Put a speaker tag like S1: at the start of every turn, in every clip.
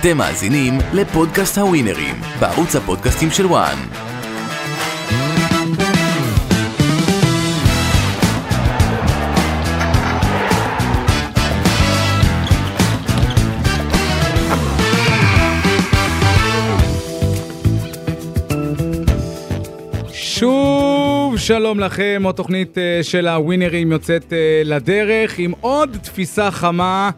S1: אתם מאזינים לפודקאסט הווינרים, בערוץ הפודקאסטים של וואן.
S2: שוב שלום לכם, עוד תוכנית אה, של הווינרים יוצאת אה, לדרך עם עוד תפיסה חמה,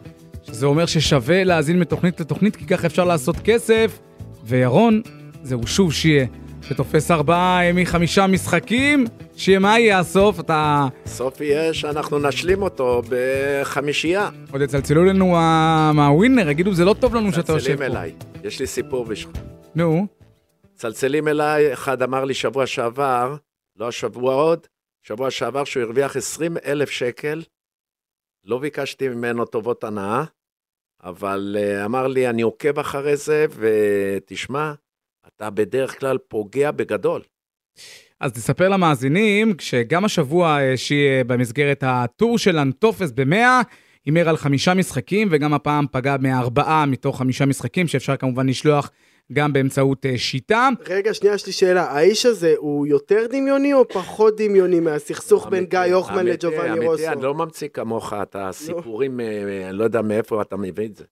S2: שזה אומר ששווה להאזין מתוכנית לתוכנית, כי ככה אפשר לעשות כסף. וירון, זהו שוב שיהיה, שתופס ארבעה אה, מחמישה משחקים, שיהיה מה יהיה הסוף, אתה...
S3: סוף יהיה שאנחנו נשלים אותו בחמישייה.
S2: עוד יצלצלו לנו ה- מהווינר, יגידו זה לא טוב לנו שאתה יושב
S3: צלצלים
S2: פה.
S3: אליי, יש לי סיפור בשבילך.
S2: נו,
S3: צלצלים אליי, אחד אמר לי שבוע שעבר, לא השבוע עוד, שבוע שעבר שהוא הרוויח 20 אלף שקל, לא ביקשתי ממנו טובות הנאה, אבל אה, אמר לי, אני עוקב אחרי זה, ותשמע, אתה בדרך כלל פוגע בגדול.
S2: אז תספר למאזינים, שגם השבוע אה, שהיא אה, במסגרת הטור של אנטופס במאה, הימר על חמישה משחקים, וגם הפעם פגע מארבעה מתוך חמישה משחקים, שאפשר כמובן לשלוח גם באמצעות אה, שיטה.
S4: רגע, שנייה, יש לי שאלה. האיש הזה הוא יותר דמיוני או פחות דמיוני מהסכסוך בין
S3: אמיתי,
S4: גיא הוחמן
S3: אמיתי,
S4: לג'ובאני
S3: אמיתי, אני
S4: רוסו? לא.
S3: לא ממציא כמוך, אתה סיפורים, אה, אני לא יודע מאיפה אתה מביא את זה.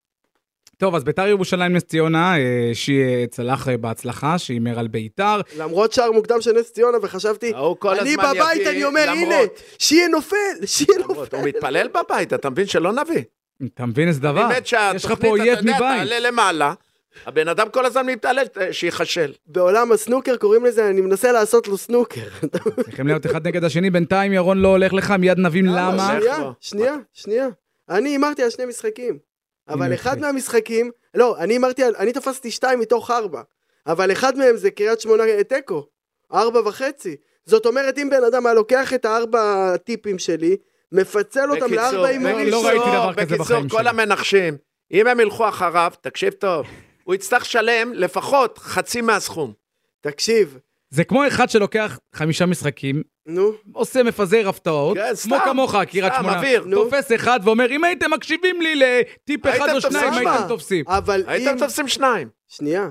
S2: טוב, אז ביתר ירושלים נס ציונה, אה, שהיא אה, צלח אה, בהצלחה, שהימר על ביתר.
S4: למרות שער מוקדם של נס ציונה, וחשבתי,
S3: ההוא כל
S4: אני
S3: הזמן
S4: בבית,
S3: יביא,
S4: אני אומר,
S3: למרות.
S4: הנה, שיהיה נופל, שיהיה נופל.
S3: למרות, הוא מתפלל בבית, אתה מבין שלא נביא.
S2: אתה מבין איזה דבר?
S3: באמת
S2: יש לך
S3: שהתוכנית,
S2: פה אויב
S3: אתה יודע,
S2: מבית.
S3: תעלה למעלה, הבן אדם כל הזמן מתעלל, ת- שיחשל.
S4: בעולם הסנוקר קוראים לזה, אני מנסה לעשות לו סנוקר.
S2: צריכים להיות אחד נגד השני, בינתיים ירון לא הולך לך, מיד נבין למה.
S3: הולך?
S4: שנייה,
S3: לא.
S4: שנייה, שנייה. אני הימרתי על שני משחקים. אבל
S2: הנה,
S4: אחד
S2: אוקיי.
S4: מהמשחקים, לא, אני הימרתי על, אני תפסתי שתיים מתוך ארבע. אבל אחד מהם זה קריית שמונה אה, תיקו. ארבע וחצי. זאת אומרת, אם בן אדם היה לוקח את הארבע טיפים שלי, מפצל אותם לארבע הימורים
S2: לא
S4: שלו.
S2: ראיתי דבר כזה בחיים
S3: בקיצור,
S2: שלי.
S3: כל המנחשים, אם הם ילכו אחריו, תקשיב טוב, הוא יצטרך לשלם לפחות חצי מהסכום.
S4: תקשיב,
S2: זה כמו אחד שלוקח חמישה משחקים,
S4: נו,
S2: עושה מפזר הפתעות,
S3: כן,
S2: כמו
S3: סתם,
S2: כמוך, קריית
S3: סתם,
S2: שמונה,
S3: אוויר, נו.
S2: תופס אחד ואומר, אם הייתם מקשיבים לי לטיפ
S3: הייתם
S2: אחד או
S3: תופסים אה,
S2: שניים,
S4: למה?
S2: הייתם תופסים.
S4: אבל אם...
S3: הייתם תופסים שניים.
S4: שנייה.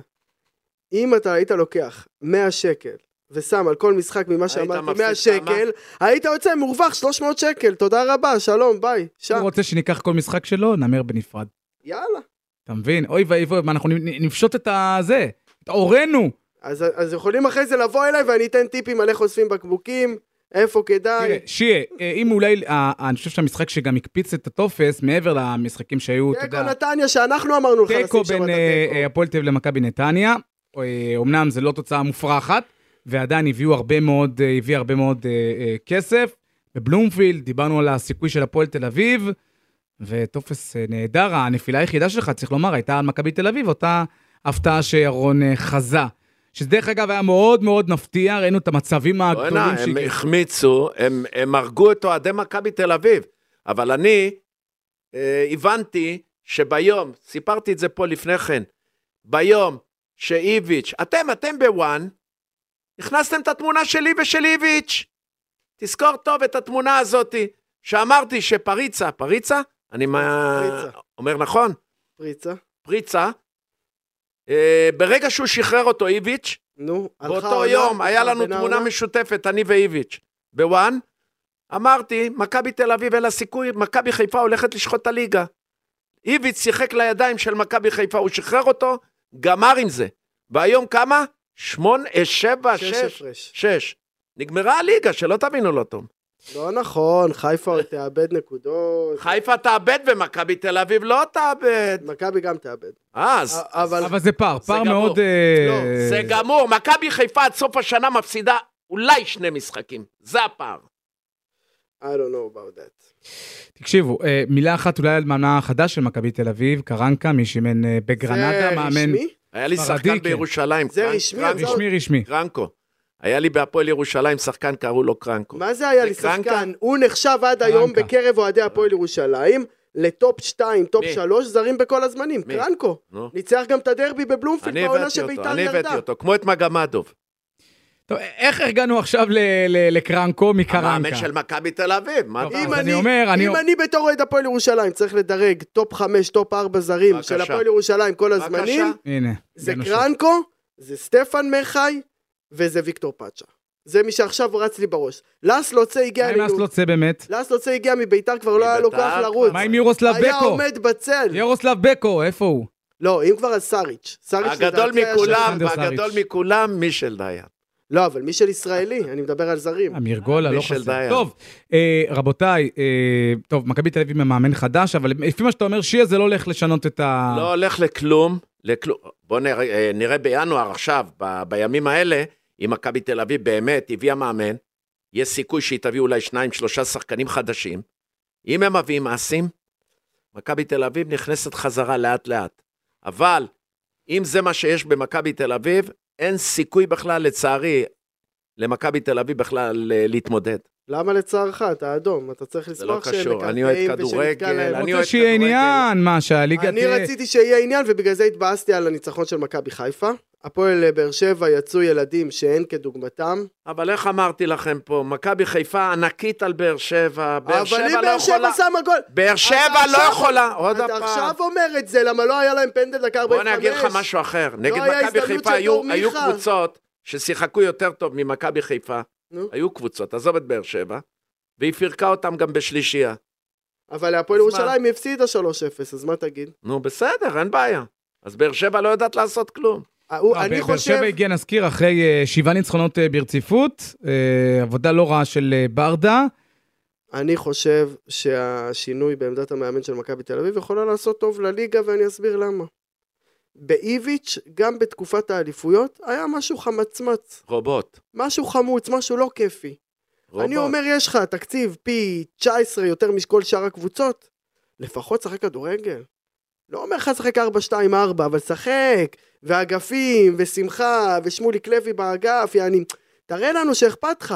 S4: אם אתה היית לוקח 100 שקל ושם על כל משחק ממה שאמרתי
S3: מפסיד
S4: 100
S3: כמה?
S4: שקל, היית יוצא מרווח 300 שקל, תודה רבה, שלום, ביי,
S2: הוא
S4: שם.
S2: רוצה שניקח כל משחק שלו, נמר בנפרד.
S4: יאללה.
S2: אתה מבין? אוי ואי ואי, אנחנו נ- נ- נפשוט את הזה, את עורנו.
S3: אה,
S4: אז, אז יכולים אחרי זה לבוא אליי ואני אתן טיפים על איך אוספים בקבוקים, איפה
S2: תראה,
S4: כדאי.
S2: שיה, אה, אם אולי, אה, אני חושב שהמשחק שגם הקפיץ את הטופס, מעבר למשחקים שהיו, אתה
S4: תיקו
S2: יודע,
S4: נתניה שאנחנו אמרנו לך
S2: תיקו
S4: לשים
S2: בין
S4: שם את
S2: אה, אה,
S4: התיקו.
S2: הפועל תל אביב למכבי נתניה, אה, אומנם זה לא תוצאה מופרכת, ועדיין הביאו הרבה מאוד, אה, הביא הרבה מאוד אה, אה, כסף. בבלומפילד דיברנו על הסיכוי של הפועל תל אביב, וטופס אה, נהדר, הנפילה היחידה שלך, צריך לומר, הייתה על מכבי תל אביב, אותה הפתעה שירון אה, חזה. שדרך אגב היה מאוד מאוד מפתיע, ראינו את המצבים
S3: בוא'נה,
S2: הגדולים
S3: לא, הם
S2: שהגיעו.
S3: החמיצו, הם- הם הרגו את אוהדי מכבי תל אביב. אבל אני אה, הבנתי שביום, סיפרתי את זה פה לפני כן, ביום שאיביץ', אתם, אתם בוואן, הכנסתם את התמונה שלי ושל איביץ'. תזכור טוב את התמונה הזאתי, שאמרתי שפריצה, פריצה? אני מה...
S4: פריצה.
S3: אומר נכון?
S4: פריצה.
S3: פריצה. אה, ברגע שהוא שחרר אותו, איביץ',
S4: נו, הלכה
S3: באותו
S4: העונה,
S3: יום היה
S4: הלכה
S3: לנו
S4: בין
S3: תמונה
S4: העונה.
S3: משותפת, אני ואיביץ', בוואן. אמרתי, מכבי תל אביב אין לה סיכוי, מכבי חיפה הולכת לשחוט את הליגה. איביץ' שיחק לידיים של מכבי חיפה, הוא שחרר אותו, גמר עם זה. והיום כמה? שמונה, אה, שבע,
S4: שש
S3: שש,
S4: הפרש.
S3: שש. נגמרה הליגה, שלא תבינו לא טוב.
S4: לא נכון, חיפה עוד תאבד נקודות.
S3: חיפה תאבד ומכבי תל אביב לא תאבד.
S4: מכבי גם תאבד.
S3: אה, אז
S4: א- אבל
S2: אבל זה פער,
S3: זה
S2: פער
S3: גמור.
S2: מאוד... אה,
S4: לא,
S3: זה גמור, מכבי חיפה עד סוף השנה מפסידה אולי שני משחקים. זה הפער.
S4: I don't know about that.
S2: תקשיבו, אה, מילה אחת אולי על מאמנה החדש של מכבי תל אביב, קרנקה, מי שאימן אה, בגרנדה,
S4: זה
S2: מאמן
S4: רשמי?
S3: היה לי
S2: ספרדי,
S3: שחקן
S2: כן.
S3: בירושלים.
S4: זה
S3: קרנק-
S4: רשמי,
S3: קרנקו.
S4: זה עוד-
S2: רשמי רשמי.
S3: קרנקו. היה לי בהפועל ירושלים שחקן, קראו לו קרנקו.
S4: מה זה היה
S3: זה
S4: לי
S3: קרנקה?
S4: שחקן? הוא נחשב עד היום
S2: קרנקה.
S4: בקרב אוהדי הפועל ירושלים לטופ 2, טופ
S3: מי?
S4: 3 זרים בכל הזמנים.
S3: מי?
S4: קרנקו.
S3: נו.
S4: ניצח גם את הדרבי בבלומפילד
S3: אני
S4: בעונה
S3: הבאתי אותו,
S4: שביתר
S3: אני הבאתי
S4: ירדה.
S3: אותו, כמו את מגמדוב.
S2: טוב, איך הגענו עכשיו ל- ל- לקרנקו
S3: המאמן
S2: מקרנקה?
S3: של מכבי תל אביב, מה
S2: טוב,
S3: אתה...
S2: אז
S4: אם
S2: אני
S4: אני,
S2: אומר, אני-
S4: אם אני בתור אוהד הפועל ירושלים צריך לדרג טופ 5, טופ 4 זרים
S3: בבקשה.
S4: של הפועל ירושלים כל הזמנים,
S3: בבקשה.
S2: הנה.
S4: זה
S2: הגענו שוב.
S4: קרנקו, זה סטפן מרחי וזה ויקטור פאצ'ה. זה מי שעכשיו רץ לי בראש. לסלוצה הגיע
S2: מה עם
S4: אלינו.
S2: אסלוצה לא באמת?
S4: לסלוצה הגיע מביתר, כבר לא היה לו
S3: מביתר
S4: כוח לרוץ.
S3: כבר.
S2: מה עם יורוסלב
S4: היה
S2: בקו?
S4: עומד בצל.
S2: יורוסלב בקו, איפה הוא?
S4: לא, אם כבר אז סאריץ'. סאריץ'
S3: הגדול
S4: לדעתי היה
S3: מכולם,
S2: אנדר
S3: הגדול
S2: סאריץ'.
S3: מכולם, מישל דיין.
S4: לא, אבל מי של ישראלי, אני מדבר על זרים.
S2: אמיר גולה, לא
S3: מישל
S2: חסר.
S3: דיין.
S2: טוב, אה, רבותיי, אה, טוב, מכבי תל אביב עם מאמן חדש, אבל לפי מה שאתה אומר, שיה זה לא הולך לשנות את ה...
S3: לא הולך לכלום, לכלום. בואו נראה, נראה בינואר עכשיו, ב, בימים האלה, אם מכבי תל אביב באמת הביאה מאמן, יש סיכוי שהיא תביא אולי שניים, שלושה שחקנים חדשים. אם הם מביאים מעשים, מכבי תל אביב נכנסת חזרה לאט-לאט. אבל אם זה מה שיש במכבי תל אביב, אין סיכוי בכלל, לצערי, למכבי תל אביב בכלל אה, להתמודד.
S4: למה לצערך? אתה אדום, אתה צריך
S3: זה לא
S4: לשמוח שהם
S3: קשור. אני אוהד
S4: מקרטעים ושנתקע
S3: כדורגל,
S4: להם.
S3: אני
S2: רוצה
S3: אוהד
S2: שיהיה
S3: כדורגל.
S2: עניין, מה, שהליגה
S4: אני רציתי שיהיה עניין, ובגלל זה התבאסתי על הניצחון של מכבי חיפה. הפועל באר שבע יצאו ילדים שאין כדוגמתם.
S3: אבל איך אמרתי לכם פה, מכבי חיפה ענקית על באר שבע, באר
S4: אבל אם
S3: שבע לא
S4: באר שבע
S3: יכולה,
S4: שמה גול...
S3: באר שבע לא
S4: עכשיו-
S3: יכולה, עוד
S4: אתה
S3: פעם.
S4: עכשיו אומר את זה, למה לא היה להם פנדל דקה 45?
S3: בוא אני אגיד לך משהו אחר, נגד
S4: לא היה
S3: מכבי
S4: הזדמנות
S3: חיפה
S4: של
S3: היו
S4: דור
S3: היו
S4: מיכה.
S3: קבוצות ששיחקו יותר טוב ממכבי חיפה,
S4: נו.
S3: היו קבוצות, עזוב את באר שבע, והיא פירקה אותם גם בשלישייה.
S4: אבל הפועל
S3: אז מה?
S4: ירושלים הפסידה 3-0, אז מה תגיד?
S3: נו בסדר, אין בעיה. אז באר שבע לא יודעת לעשות כלום.
S4: אה, הוא-
S2: לא,
S4: אני
S2: באר
S4: חושב...
S2: שבע הגיע, נזכיר, אחרי אה, שבעה ניצחונות אה, ברציפות, אה, עבודה לא רעה של אה, ברדה.
S4: אני חושב שהשינוי בעמדת המאמן של מכבי תל אביב יכולה לעשות טוב לליגה, ואני אסביר למה. באיביץ', גם בתקופת האליפויות, היה משהו חמצמץ,
S3: רובוט.
S4: משהו חמוץ, משהו לא כיפי.
S3: רובוט.
S4: אני אומר, יש לך תקציב פי 19 יותר משכל שאר הקבוצות, לפחות שחק כדורגל. לא אומר לך לשחק 4-2-4, אבל שחק, ואגפים, ושמחה, ושמוליק לוי באגף, יעני, תראה לנו שאכפת לך.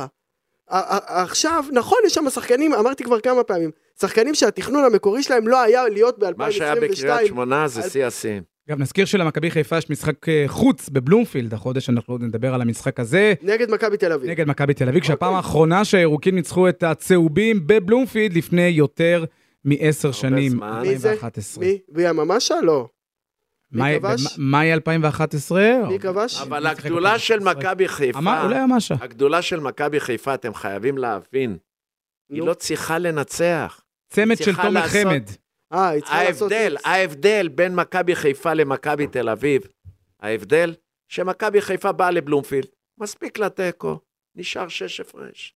S4: ע- ע- עכשיו, נכון, יש שם שחקנים, אמרתי כבר כמה פעמים, שחקנים שהתכנון המקורי שלהם לא היה להיות
S3: מה שהיה בקריית
S4: ב-2022.
S3: שמונה זה
S4: על-
S3: שיא השיאים.
S2: גם נזכיר שלמכבי חיפה יש משחק אה, חוץ בבלומפילד, החודש אנחנו עוד נדבר על המשחק הזה,
S4: נגד מכבי תל אביב.
S2: נגד מכבי תל אביב, כשהפעם
S4: אוקיי.
S2: האחרונה שהירוקים ניצחו את הצהובים בבלומפילד לפני יותר מעשר שנים.
S3: זמן.
S4: מי זה?
S2: 2011.
S4: מי? מי הממשה? לא.
S2: מאי-
S4: מי כבש?
S2: במ- מאי 2011?
S4: מי כבש?
S3: אבל
S2: משחק
S3: הגדולה
S2: אותו.
S3: של
S2: משחק.
S3: מכבי חיפה...
S2: אמר- לא אולי אמשה.
S3: הגדולה של מכבי חיפה, אתם חייבים להבין, היא
S4: נו.
S3: לא צריכה לנצח.
S2: צמד של
S3: צריכה
S2: תומר
S3: לעשות-
S2: חמד.
S4: אה, היא צריכה לעשות...
S3: ההבדל,
S4: איקס.
S3: ההבדל בין מכבי חיפה למכבי תל אביב, ההבדל שמכבי חיפה באה לבלומפילד, מספיק לה תיקו, נשאר שש הפרש.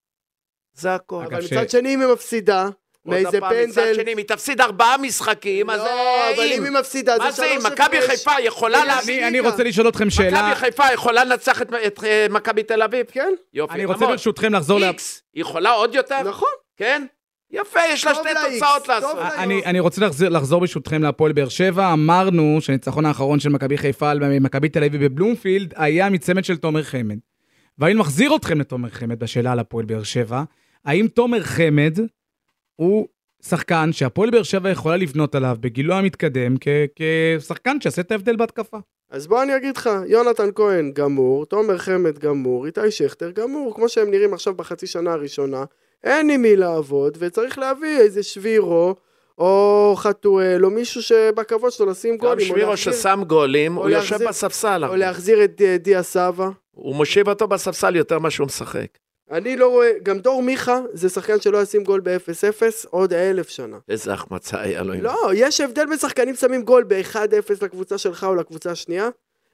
S3: זה הכל.
S2: אגב,
S4: אבל
S2: ש-
S4: מצד שני, אם היא מפסידה,
S3: עוד
S4: מאיזה
S3: הפעם, מצד
S4: פנדל...
S3: שני, אם היא תפסיד ארבעה משחקים, אז אה,
S4: לא, אבל אם היא מפסידה,
S3: מה
S4: זה
S3: זה, אם
S4: שלוש
S3: מכבי
S4: לא הפרש.
S3: חיפה יכולה
S4: אני-
S3: להביא...
S2: אני- אני רוצה לשאול אתכם שאלה,
S3: מכבי חיפה יכולה לנצח את את, אה, מכבי תל אביב?
S4: כן,
S3: יופי.
S2: אני רוצה
S3: למרות,
S2: ברשותכם לחזור ל...
S3: איקס, היא יכולה עוד יותר?
S4: נכון.
S3: כן? יפה, יש לה
S4: טוב
S3: שתי
S4: ל-X,
S3: תוצאות
S4: טוב
S3: לעשות.
S4: ל-X.
S2: אה, אני, אני רוצה לחזור, לחזור ברשותכם להפועל באר שבע. אמרנו שהניצחון האחרון של מכבי חיפה על מכבי תל אביב בבלומפילד היה מצמד של תומר חמד. ואני מחזיר אתכם לתומר חמד בשאלה על הפועל באר שבע. האם תומר חמד הוא שחקן שהפועל באר שבע יכולה לבנות עליו בגילו המתקדם כ- כשחקן שיעשה את ההבדל בהתקפה?
S4: אז בוא אני אגיד לך, יונתן כהן גמור, תומר חמד גמור, איתי שכטר גמור, כמו שהם נראים עכשיו בחצי שנה הראשונה, אין עם מי לעבוד, וצריך להביא איזה שבירו, או חתואל, או מישהו שבכבוד שלו לשים גולים,
S3: גם
S4: או
S3: שבירו
S4: להחזיר-
S3: ששם גולים,
S4: או
S3: הוא יושב
S4: להחזיר-
S3: בספסל.
S4: או
S3: הרבה.
S4: להחזיר את אה, דיה סבא.
S3: הוא מושיב אותו בספסל יותר ממה שהוא משחק.
S4: אני לא רואה, גם דור מיכה זה שחקן שלא ישים גול ב-0-0 עוד אלף שנה.
S3: איזה החמצה היה לו. עם-
S4: לא, יש הבדל בין שחקנים שמים גול ב-1-0 לקבוצה שלך או לקבוצה השנייה,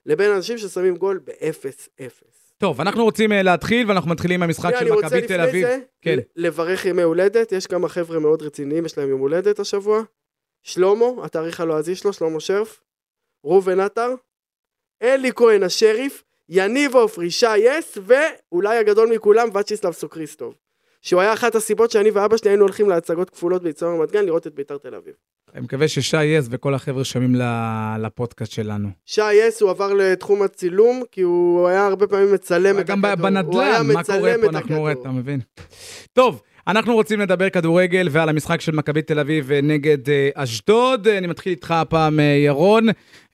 S4: לבין אנשים ששמים גול ב-0-0.
S2: טוב, אנחנו רוצים אה, להתחיל, ואנחנו מתחילים מהמשחק
S4: תראה,
S2: של
S4: אני רוצה
S2: מכבי תל
S4: לפני
S2: אביב.
S4: זה
S2: כן.
S4: ל- לברך ימי הולדת, יש כמה חבר'ה מאוד רציניים, יש להם יום הולדת השבוע. שלמה, התאריך הלועזי שלו, שלמה שרף, ראובן עטר, אלי כהן השריף, יניב עופרי, שי יס, ואולי הגדול מכולם, ואצ'יסלב סוקריסטוב. שהוא היה אחת הסיבות שאני ואבא שלי היינו הולכים להצגות כפולות ביצוע רמת גן לראות את ביתר תל אביב.
S2: אני מקווה ששי יס וכל החבר'ה שומעים ל- לפודקאסט שלנו.
S4: שי יס הוא עבר לתחום הצילום, כי הוא היה הרבה פעמים מצלם את
S2: גם
S4: הכדור.
S2: בנדל"ן,
S4: הוא היה
S2: מה קורה
S4: מצלם
S2: פה,
S4: את
S2: אנחנו
S4: הכדור.
S2: רואים, אתה מבין? טוב, אנחנו רוצים לדבר כדורגל ועל המשחק של מכבי תל אביב אה, נגד אה, אשדוד. אה, אני מתחיל איתך הפעם, אה, ירון.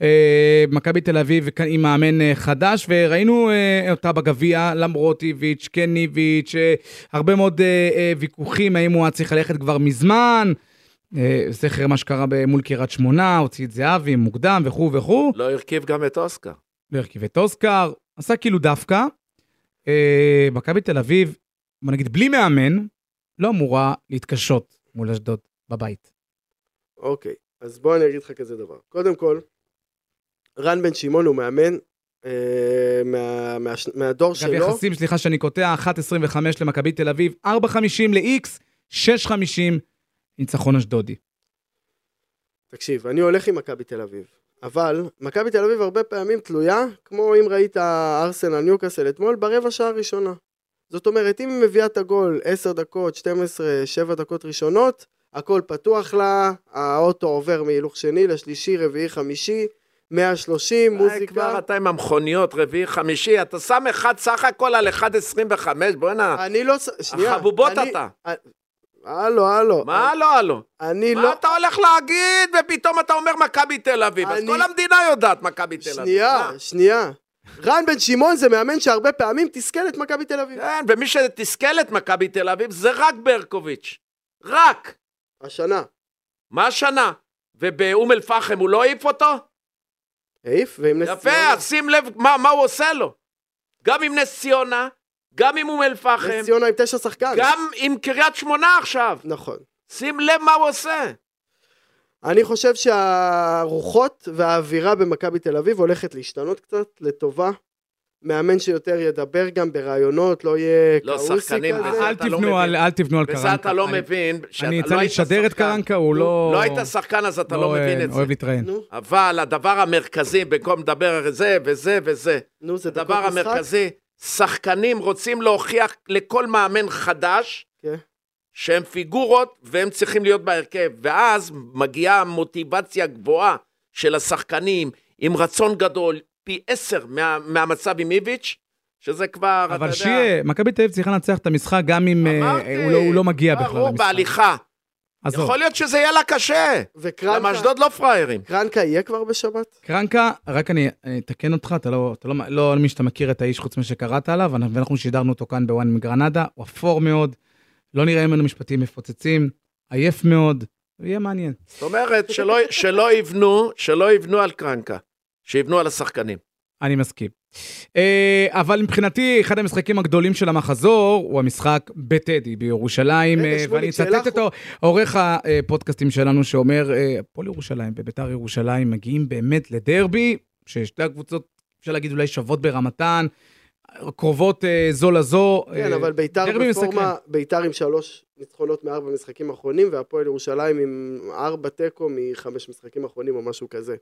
S2: אה, מכבי תל אביב כאן עם מאמן אה, חדש, וראינו אה, אותה בגביע, למרות איביץ', כן איביץ', אה, הרבה מאוד אה, אה, ויכוחים האם הוא היה צריך ללכת כבר מזמן. אה, זכר מה שקרה ב- מול קריית שמונה, הוציא את זהבי מוקדם וכו' וכו'.
S3: לא הרכיב גם את אוסקר.
S2: לא הרכיב את אוסקר, עשה כאילו דווקא. אה, מכבי תל אביב, בוא נגיד בלי מאמן, לא אמורה להתקשות מול אשדוד בבית.
S4: אוקיי, אז בוא אני אגיד לך כזה דבר. קודם כל, רן בן שמעון הוא מאמן אה, מה, מה, מהדור
S2: אגב,
S4: שלו.
S2: יחסים, סליחה שאני קוטע, 1.25 למכבי תל אביב, 4.50 ל-X, 6.50 ניצחון אשדודי.
S4: תקשיב, אני הולך עם מכבי תל אביב, אבל מכבי תל אביב הרבה פעמים תלויה, כמו אם ראית ארסנל ניוקאסל אתמול, ברבע שעה הראשונה. זאת אומרת, אם היא מביאה את הגול 10 דקות, 12, 7 דקות ראשונות, הכל פתוח לה, האוטו עובר מהילוך שני לשלישי, רביעי, חמישי, 130,
S3: מוזיקה.
S4: מוזיקה.
S3: אה, כבר אתה עם המכוניות, רביעי, חמישי, אתה שם אחד סך הכל על 1.25, בוא'נה,
S4: אני לא... ס- שנייה.
S3: החבובות
S4: אני- אה,
S3: אתה.
S4: הלו, הלו.
S3: מה לא, הלו?
S4: אה, אני לא...
S3: מה אתה הולך להגיד, ופתאום אתה אומר מכבי תל אביב? אז
S4: אני-
S3: כל המדינה יודעת מכבי תל אביב.
S4: שנייה,
S3: מה?
S4: שנייה. רן בן שמעון זה מאמן שהרבה פעמים תסכל את מכבי תל אביב.
S3: כן, ומי שתסכל את מכבי תל אביב זה רק ברקוביץ'. רק.
S4: השנה.
S3: מה השנה? ובאום אל-פחם הוא לא העיף אותו?
S4: העיף, ועם נס
S3: יפה, אז שים לב מה, מה הוא עושה לו. גם עם נס ציונה, גם עם אום אל-פחם,
S4: נס ציונה עם תשע שחקן.
S3: גם עם קריית שמונה עכשיו.
S4: נכון.
S3: שים לב מה הוא עושה.
S4: אני חושב שהרוחות והאווירה במכבי תל אביב הולכת להשתנות קצת, לטובה. מאמן שיותר ידבר גם ברעיונות, לא יהיה
S3: לא,
S4: קאוסי
S3: שחקנים,
S4: כזה.
S3: וזה-
S2: אל
S3: אתה לא
S2: תבנו על-
S3: מבין.
S2: אל תבנו על קרנקה.
S3: וזה אתה לא
S2: אני-
S3: מבין. שאתה
S2: אני
S3: לא
S2: יצא לי
S3: היית
S2: לשדר את
S3: שחקן.
S2: קרנקה, הוא לא...
S3: לא היית שחקן אז אתה לא מבין את זה.
S2: אוהב להתראיין.
S4: נו,
S3: אבל הדבר המרכזי, במקום לדבר על זה וזה וזה,
S4: נו, זה דקות
S3: הדבר
S4: משחק.
S3: המרכזי, שחקנים רוצים להוכיח לכל מאמן חדש
S4: כן.
S3: שהם פיגורות והם צריכים להיות בהרכב. ואז מגיעה מוטיבציה גבוהה של השחקנים עם רצון גדול, פי עשר מה, מהמצב עם איביץ', שזה כבר, אתה
S2: אבל
S3: יודע...
S2: שיהיה, מכבי תל אביב צריכה לנצח את המשחק גם אם אה,
S3: אמרתי,
S2: הוא לא- הוא לא מגיע בכלל
S3: ברור,
S2: למשחק.
S3: בהליכה.
S2: עזוב.
S3: יכול להיות שזה יהיה לה קשה. למה
S4: וקרנקה,
S3: אשדוד לא פראיירים.
S4: קרנקה יהיה כבר בשבת?
S2: קרנקה, רק אני אני אתקן אותך, אתה לא, אתה לא, לא מי שאתה מכיר את האיש חוץ ממה שקראת עליו, אנחנו- ואנחנו שידרנו אותו כאן בוואן מגרנדה, הוא אפור מאוד, לא נראה ממנו משפטים מפוצצים, עייף מאוד, יהיה מעניין.
S3: זאת אומרת, שלא, שלא יבנו, שלא יבנו על קרנקה, שיבנו על השחקנים.
S2: אני מסכים. אה, אבל מבחינתי, אחד המשחקים הגדולים של המחזור הוא המשחק בטדי בירושלים,
S4: רגע,
S2: אה,
S4: שמוליק,
S2: ואני
S4: שאלה
S2: אצטט את
S4: אחרונה.
S2: עורך הפודקאסטים שלנו שאומר, אה, הפועל ירושלים וביתר ירושלים מגיעים באמת לדרבי, ששתי הקבוצות, אפשר להגיד, אולי שוות ברמתן, קרובות אה, זו לזו.
S4: כן,
S2: אה,
S4: אבל ביתר
S2: דרבי
S4: בפורמה, ביתר עם שלוש ניצחונות מארבע משחקים אחרונים, והפועל ירושלים עם ארבע תיקו מחמש משחקים אחרונים או משהו כזה.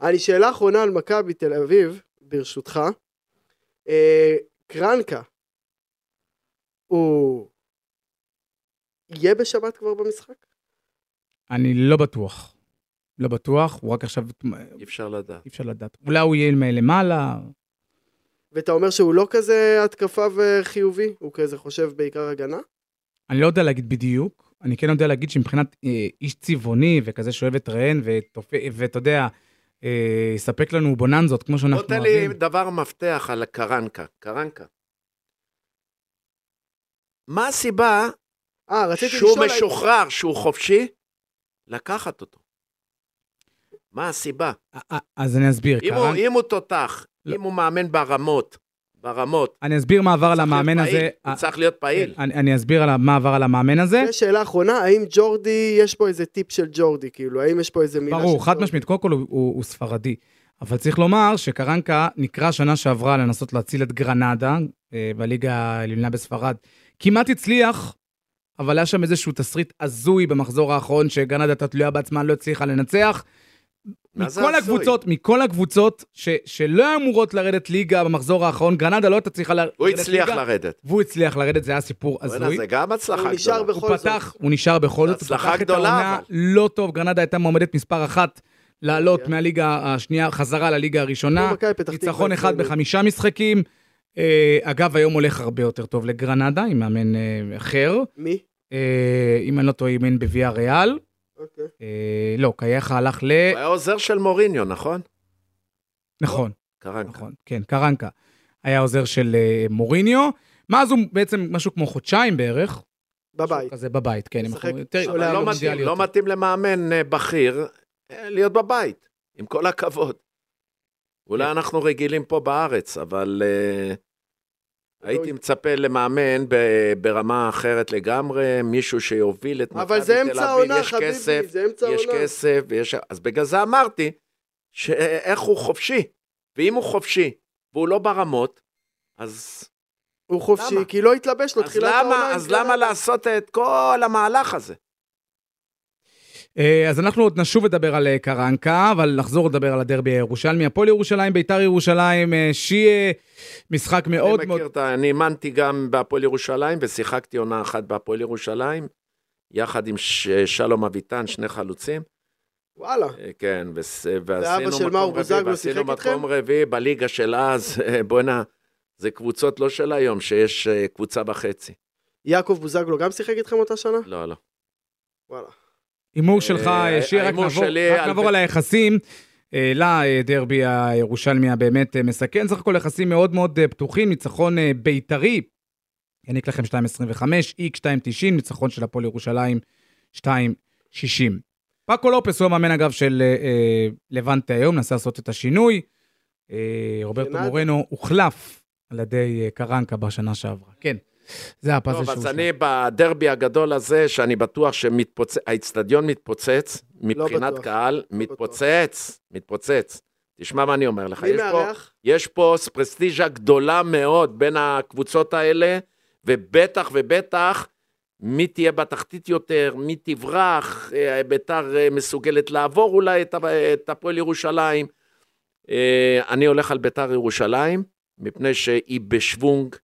S4: אני שאלה אחרונה על מכבי תל אביב, ברשותך. אה, קרנקה, הוא יהיה בשבת כבר במשחק?
S2: אני לא בטוח. לא בטוח, הוא רק עכשיו, אי
S3: אי אפשר לדעת.
S2: אפשר לדעת. אולי הוא יהיה מלמעלה,
S4: ואתה אומר שהוא לא כזה התקפה וחיובי? הוא כזה חושב בעיקר הגנה?
S2: אני לא יודע להגיד בדיוק, אני כן יודע להגיד שמבחינת אה, איש צבעוני וכזה שאוהב את ראם, ותופ- ואתה יודע, אה, יספק לנו בוננזות כמו
S3: בוא
S2: שאנחנו
S3: תן לי
S2: אוהבים.
S3: דבר מפתח על הקרנקה. קרנקה. מה הסיבה
S4: אה, רציתי
S3: שהוא
S4: לשאול...
S3: משוחרר, שהוא חופשי? לקחת אותו. מה הסיבה?
S2: א- א- אה, אז אני אסביר,
S3: אם
S2: קרן-
S3: הוא- אם הוא תותח,
S2: לא.
S3: אם הוא מאמן ברמות, ברמות,
S2: אני אסביר מה עבר על
S3: צריך להיות
S2: המאמן הזה. כן.
S3: פעיל, הוא
S2: א-
S3: צריך להיות פעיל.
S2: אני- אני אסביר על ה- מה עבר על המאמן הזה.
S4: שאלה אחרונה, האם ג'ורדי, יש פה איזה טיפ של ג'ורדי, כאילו, האם יש פה איזה מילה של
S2: ברור, חד
S4: ג'ורדי?
S2: משמעית, קודם כל הוא- הוא הוא ספרדי. אבל צריך לומר שקרנקה נקרא שנה שעברה לנסות להציל את גרנדה אה, בליגה העליונה בספרד. כמעט הצליח, אבל היה שם איזשהו תסריט הזוי במחזור האחרון, שגרנדה הייתה תלויה בעצמה, לא הצליחה לנצח.
S3: מה זה
S2: מכל
S3: הזוי?
S2: הקבוצות, מכל הקבוצות ש, שלא היו אמורות לרדת ליגה במחזור האחרון, גרנדה לא הייתה צריכה לרדת
S3: הוא הצליח
S2: ליגה,
S3: לרדת.
S2: והוא הצליח לרדת, זה היה סיפור
S3: בוא'נה,
S2: הזוי.
S3: זה גם
S4: הוא
S3: הצלחה
S4: נשאר
S3: גדולה.
S4: בכל
S2: הוא
S4: זאת.
S2: פתח, הוא נשאר בכל זאת, הוא
S3: הצלחה
S2: פתח את
S3: גדולה,
S2: העונה
S3: אבל.
S2: לא טוב, גרנדה הייתה מועמדת מספר אחת לעלות
S3: כן.
S4: אוקיי.
S2: מהליגה השנייה חזרה לליגה
S4: כמו
S3: לא
S2: הראשונה,
S4: מכבי פתח תקווה כאילו.
S2: ניצחון אחד
S4: אצלנו.
S2: בחמישה משחקים. אה, אגב, היום הולך הרבה יותר טוב לגרנדה, עם מאמן אה, אחר,
S4: מי?
S2: אה, אם אני לא טועה, אימן בוויה ריאל.
S4: אוקיי.
S2: אה, לא, קייחה הלך ל...
S3: הוא היה עוזר של מוריניו, נכון?
S2: נכון,
S3: קרנקה.
S2: נכון, כן, קרנקה. היה עוזר של אה, מוריניו. מאז הוא בעצם משהו כמו חודשיים בערך.
S4: בבית.
S2: כזה בבית, כן. אם
S4: משחק,
S2: אנחנו- יותר-
S4: שעולה
S3: אבל לא
S2: במונדיאל
S3: מתאים- לא
S2: יותר.
S3: מתאים למאמן אה, בכיר אה, להיות בבית, עם כל הכבוד.
S4: כן.
S3: אולי אנחנו רגילים פה בארץ, אבל אה,
S4: לא
S3: הייתי מצפה למאמן ב- ברמה אחרת לגמרי, מישהו שיוביל את מכבי תל אביב.
S4: אבל זה אמצע העונה,
S3: יש כסף,
S4: חביבי, זה אמצע
S3: יש
S4: העונה.
S3: כסף, ויש... אז בגלל זה אמרתי, שאיך הוא חופשי. ואם הוא חופשי, והוא לא ברמות, אז,
S4: הוא חופשי,
S3: למה?
S4: כי לא התלבש לו
S3: אז,
S4: תחילת העונה.
S3: למה,
S4: עם
S3: אז
S4: קרנקה.
S3: למה לעשות את כל המהלך הזה?
S2: אה, אז אנחנו עוד נשוב לדבר על אה, קרנקה, אבל נחזור לדבר על הדרבי הירושלמי. הפועל ירושלים, ביתר ירושלים, אה, שיהיה משחק מאוד
S3: אני
S2: מאוד...
S3: מכיר את ה... אני אימנתי גם בהפועל ירושלים, ושיחקתי עונה אחת בהפועל ירושלים, יחד עם ש... שלום אביטן, שני חלוצים.
S4: וואלה.
S3: אה, כן, וס...
S4: ואבא
S3: ועשינו
S4: של מאור
S3: מקום רביעי,
S4: בוזגלו
S3: ועשינו
S4: שיחק איתכם?
S3: מקום רביעי בליגה של אז. אה, בוא'נה, זה קבוצות לא של היום, שיש אה, קבוצה וחצי.
S4: יעקב בוזגלו גם שיחק איתכם אותה שנה?
S3: לא, לא.
S4: וואלה.
S2: הימור שלך,
S3: אה,
S2: שיר, רק
S3: ההימור
S2: נעבור,
S3: שלי
S2: רק
S3: על
S2: נעבור
S3: בית-
S2: על היחסים. אה, לדרבי הירושלמי הבאמת אה, מסכן. סך הכל יחסים מאוד מאוד אה, פתוחים, ניצחון אה, בית"רי, יעניק לכם 2.25, איק 2.90, ניצחון של הפועל ירושלים 2.60. פאקו לופס הוא המאמן אגב של אה, אה, לבנטה היום, נסה לעשות את השינוי. אה, רוברטו
S4: גנדה.
S2: מורנו הוחלף על ידי אה, קרנקה בשנה שעברה. כן, זה הפאזל
S3: טוב,
S2: שהוא...
S3: אז
S2: שם.
S3: אני בדרבי הגדול הזה, שאני בטוח שהאיצטדיון מתפוצץ, מבחינת
S4: לא בטוח,
S3: קהל, מתפוצץ, מתפוצץ. תשמע מה אני אומר לך,
S4: מי
S3: יש פה...
S4: מארח?
S3: יש פה פרסטיז'ה גדולה מאוד בין הקבוצות האלה, ובטח ובטח מי תהיה בתחתית יותר, מי תברח, אה, ביתר אה, מסוגלת לעבור אולי את ה- את הפועל ירושלים. אה, אני הולך על ביתר ירושלים, מפני שהיא בשוונג,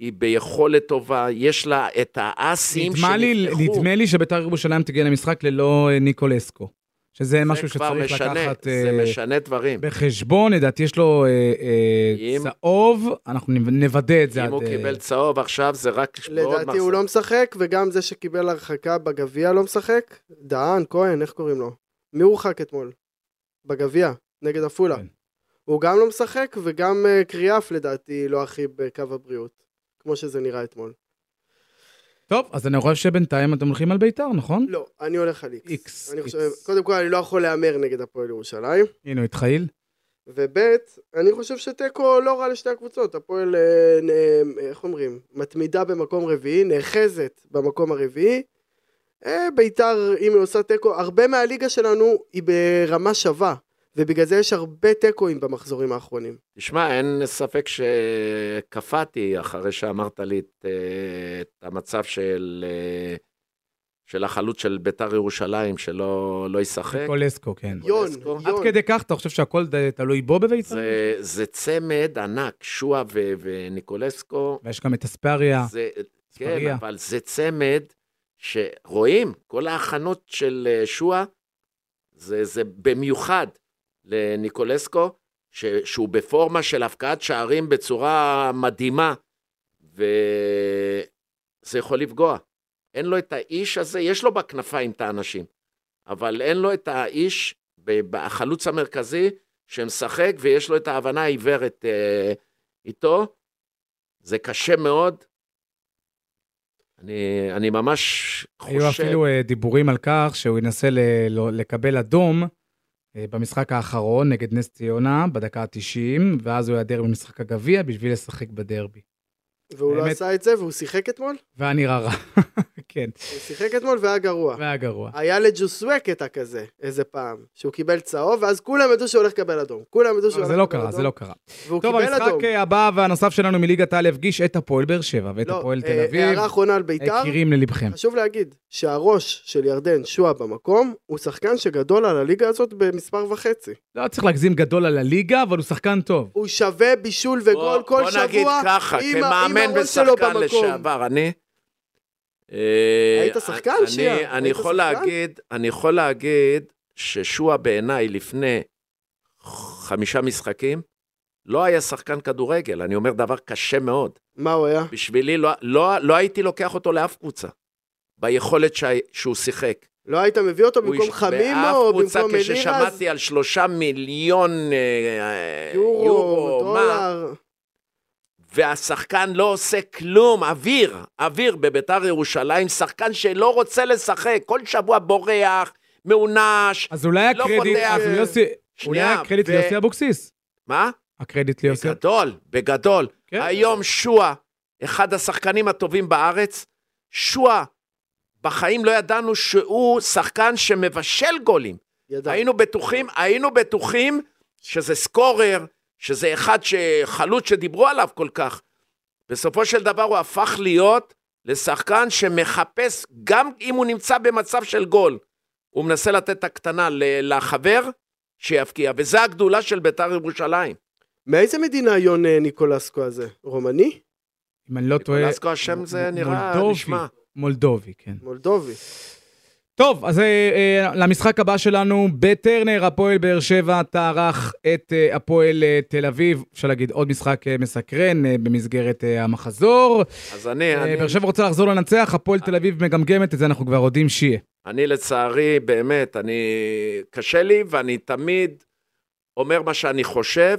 S3: היא ביכולת טובה, יש לה את האסים
S2: נדמה לי, נדמה לי שביתר ירושלים תגיע למשחק ללא אה, ניקולסקו, שזה משהו
S3: זה כבר
S2: שצריך
S3: משנה,
S2: לקחת
S3: זה
S2: אה,
S3: משנה דברים.
S2: בחשבון, לדעתי יש לו אה, אה,
S3: אם-
S2: צהוב, אנחנו נב- נוודא את זה.
S3: אם הוא
S2: עד, אה,
S3: קיבל צהוב עכשיו, זה רק בעוד
S4: לדעתי הוא לא משחק, וגם זה שקיבל הרחקה בגביע לא משחק. דהן, כהן, איך קוראים לו? מי הורחק אתמול? בגביע, נגד עפולה.
S2: כן.
S4: הוא גם לא משחק, וגם אה, קריאף לדעתי לא הכי בקו הבריאות, כמו שזה נראה אתמול.
S2: טוב, אז אני חושב שבינתיים אתם הולכים על ביתר, נכון?
S4: לא, אני הולך על איקס.
S2: איקס,
S4: אני חושב-
S2: איקס.
S4: קודם כל, אני לא יכול להמר נגד הפועל ירושלים.
S2: הנה, הוא התחיל.
S4: וב' אני חושב שתיקו לא רע לשתי הקבוצות, הפועל, אה, נ- אה, איך אומרים, מתמידה במקום רביעי, נאחזת במקום הרביעי. אה, ביתר, אם היא עושה תיקו, הרבה מהליגה שלנו היא ברמה שווה, ובגלל זה יש הרבה תיקואים במחזורים האחרונים.
S3: תשמע, אין ספק שקפאתי אחרי שאמרת לי את, אה, את המצב של, אה, של החלוץ של ביתר ירושלים, שלא לא ישחק.
S2: ניקולסקו, כן.
S4: יון,
S3: לזכור.
S2: עד
S4: יון,
S2: כדי כך, אתה חושב שהכל ד- תלוי בו בביתר?
S3: זה, זה צמד ענק, שועה ו- וניקולסקו.
S2: ויש גם את אספריה.
S3: זה, כן,
S2: ספריה.
S3: אבל זה צמד שרואים, כל ההכנות של אה, שועה, זה, זה במיוחד לניקולסקו, ש, שהוא בפורמה של הפקעת שערים בצורה מדהימה, וזה יכול לפגוע. אין לו את האיש הזה, יש לו בכנפיים את האנשים, אבל אין לו את האיש, ב- החלוץ המרכזי, שמשחק ויש לו את ההבנה העיוורת אה, איתו. זה קשה מאוד. אני, אני ממש
S2: היו
S3: חושב...
S2: אפילו אה, דיבורים על כך שהוא ינסה ל- ל- לקבל אדום אה, במשחק האחרון נגד נס ציונה בדקה ה-90, ואז הוא ייעדר ממשחק הגביע בשביל לשחק בדרבי.
S4: והוא לא
S2: באמת.
S4: עשה את זה, והוא שיחק אתמול?
S2: והיה נראה רע. כן,
S4: הוא שיחק אתמול והיה גרוע.
S2: והיה גרוע.
S4: היה לג'וסווה קטע כזה, איזה פעם, שהוא קיבל צהוב, ואז כולם ידעו שהוא הולך לקבל אדום. כולם ידעו שהוא
S2: אבל
S4: הולך
S2: זה לא
S4: לקבל אדום.
S2: קרה, זה לא קרה.
S4: והוא
S2: טוב,
S4: קיבל אדום.
S2: המשחק אה, הבא והנוסף שלנו מליגת העל הפגיש את הפועל באר שבע ואת
S4: לא,
S2: הפועל תל
S4: אה,
S2: אביב. אה,
S4: הערה אחרונה על ביתר.
S2: יקירים ללבכם.
S4: חשוב להגיד שהראש של ירדן שועה במקום הוא שחקן שגדול על הליגה הזאת במספר וחצי.
S2: לא צריך להגזים גדול על הליגה, אבל הוא שחקן טוב.
S4: הוא שווה בישול וגול כל
S3: בוא נגיד
S4: שבוע
S3: ככה,
S4: עם ה- עם
S3: כמאמן
S4: הראש שלו
S3: ושחקן
S4: במקום.
S3: לשעבר, אני... אה,
S4: היית שחקן,
S3: אני-
S4: שיה?
S3: אני
S4: היית
S3: יכול
S4: שחקן?
S3: להגיד, אני יכול להגיד ששועה בעיניי לפני חמישה משחקים, לא היה שחקן כדורגל, אני אומר דבר קשה מאוד.
S4: מה הוא היה?
S3: בשבילי לא, לא, לא הייתי לוקח אותו לאף קבוצה. ביכולת שה... שהוא שיחק.
S4: לא היית מביא אותו
S3: הוא
S4: במקום
S3: איש-
S4: חמימו,
S3: באף
S4: או
S3: קבוצה,
S4: במקום אלירז,
S3: כששמעתי על שלושה מיליון אה,
S4: יורו,
S3: יורו מה,
S4: דולר.
S3: והשחקן לא עושה כלום, אוויר, אוויר בביתר ירושלים, שחקן שלא רוצה לשחק, כל שבוע בורח, מעונש,
S2: אז אולי
S3: לא
S2: הקרדיט,
S3: פותח.
S4: אה,
S2: אז יוסי, אולי
S3: שנייה,
S2: הקרדיט ליוסי אבוקסיס.
S3: מה?
S2: הקרדיט ליוסי.
S4: אה,
S3: בגדול, בגדול.
S2: כן.
S3: היום שועה, אחד השחקנים הטובים בארץ, שועה, בחיים לא ידענו שהוא שחקן שמבשל גולים.
S4: ידע.
S3: היינו בטוחים, היינו בטוחים שזה סקורר, שזה אחד שחלוץ שדיברו עליו כל כך. בסופו של דבר הוא הפך להיות לשחקן שמחפש, גם אם הוא נמצא במצב של גול, הוא מנסה לתת את הקטנה ל- לחבר שיבקיע, וזו הגדולה של בית"ר ירושלים.
S4: מאיזה מדינה יון אה, ניקולסקו הזה? רומני?
S2: אם אני לא טועה,
S3: ניקולסקו השם זה
S2: מ-
S3: נראה,
S2: מולדובי.
S3: נשמע.
S2: מולדובי, כן.
S4: מולדובי.
S2: טוב, אז אה, אה, למשחק הבא שלנו, בטרנר, הפועל באר שבע טרח את אה, הפועל אה, תל אביב. אפשר להגיד עוד משחק אה, מסקרן אה, במסגרת אה, המחזור.
S3: אז אני,
S2: אה,
S3: כן, אני, אה.
S2: באר שבע רוצה לחזור לנצח, הפועל תל אביב מגמגמת, את זה אנחנו כבר יודעים שיהיה.
S3: אני לצערי, באמת, אני... קשה לי, ואני תמיד אומר מה שאני חושב,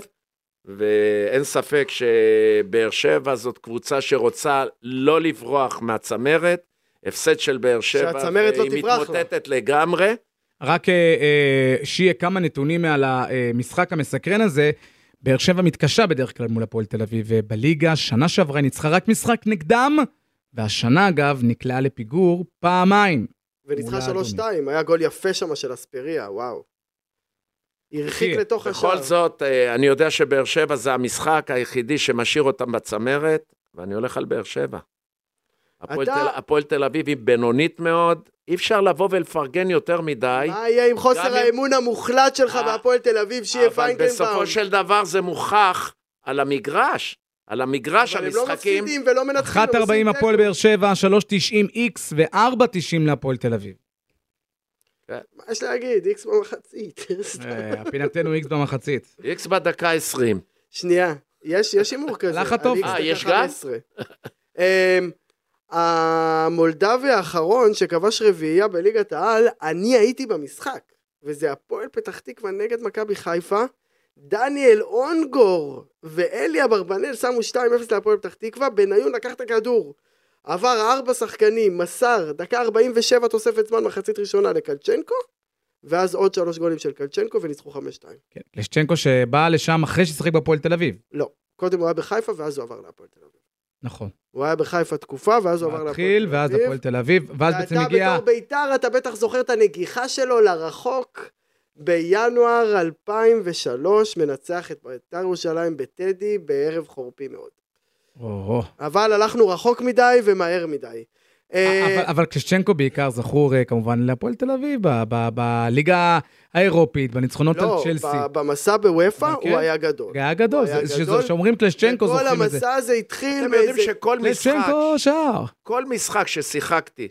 S3: ואין ספק שבאר שבע זאת קבוצה שרוצה לא לברוח מהצמרת. הפסד של באר שבע,
S4: שהצמרת לא
S3: והיא
S4: תברח לה.
S3: מתמוטטת לגמרי.
S2: רק אה, אה, שיהיה כמה נתונים על המשחק המסקרן הזה. באר שבע מתקשה בדרך כלל מול הפועל תל אביב אה, בליגה. שנה שעברה היא ניצחה רק משחק נגדם, והשנה, אגב, נקלעה לפיגור פעמיים.
S4: וניצחה
S2: מול
S4: 3-2, היה גול יפה שם של אספריה, וואו. הרחיק
S2: אחי,
S4: לתוך השער.
S3: בכל זאת, אה, אני יודע שבאר שבע זה המשחק היחידי שמשאיר אותם בצמרת, ואני הולך על באר שבע. הפועל
S4: אתה-
S3: תל- הפועל תל אביב היא בינונית מאוד, אי אפשר לבוא ולפרגן יותר מדי.
S4: מה יהיה עם חוסר
S3: גם אם-
S4: האמון המוחלט שלך
S3: אה,
S4: בהפועל תל אביב, שיהיה
S3: אבל
S4: פיינקלבאום?
S3: בסופו של דבר זה מוכח על המגרש, על המגרש
S4: אבל הם לא
S3: המשחקים.
S4: מפסידים ולא מנצחים, הם
S2: 1.40
S4: עושים
S2: הפועל
S4: תיקו.
S2: באר שבע, 3.90 איקס ו-4.90 להפועל תל אביב.
S4: מה יש להגיד, איקס במחצית. סתם.
S2: אה, פינתנו איקס במחצית.
S3: איקס בדקה 20.
S4: שנייה, יש יש הימור כזה.
S2: הלך הטוב.
S4: אני
S3: אה,
S4: אקסטק
S3: יש
S4: 11. אמ, המולדבי האחרון שכבש רביעייה בליגת העל, אני הייתי במשחק, וזה הפועל פתח תקווה נגד מכבי חיפה. דניאל אונגור ואלי אברבנאל שמו 2-0 להפועל פתח תקווה, בניון לקח את הכדור. עבר ארבע שחקנים, מסר, דקה 47 תוספת זמן מחצית ראשונה לקלצ'נקו, ואז עוד שלוש גולים של קלצ'נקו וניצחו 5-2.
S2: כן, לשצ'נקו שבא לשם אחרי ששיחק בהפועל תל אביב.
S4: לא, קודם הוא היה בחיפה ואז הוא עבר להפועל תל אביב.
S2: נכון.
S4: הוא היה בחיפה תקופה, ואז הוא עבר
S2: התחיל, ואז הפועל תל אביב, ואז בעצם הגיע...
S4: ואתה בתור בית"ר, אתה בטח זוכר את הנגיחה שלו לרחוק בינואר 2003, מנצח את בית"ר ירושלים בטדי בערב חורפי מאוד.
S2: או-הו.
S4: אבל הלכנו רחוק מדי ומהר מדי. אה,
S2: אבל- אבל כשצ'נקו בעיקר זכור אה, כמובן להפועל תל אביב, ב- ב- בליגה האירופית, בניצחונות על
S4: לא,
S2: צ'לסי.
S4: ב- במסע בוופא
S2: אבל כן.
S4: הוא היה גדול.
S2: זה היה גדול,
S4: היה
S2: זה- שזה-
S4: גדול.
S2: כשאומרים קלשצ'נקו
S4: כל
S2: זוכרים את זה.
S4: המסע הזה התחיל
S3: אתם יודעים
S4: מאיזה...
S3: שכל משחק,
S2: קלשצ'נקו שער.
S3: כל משחק ששיחקתי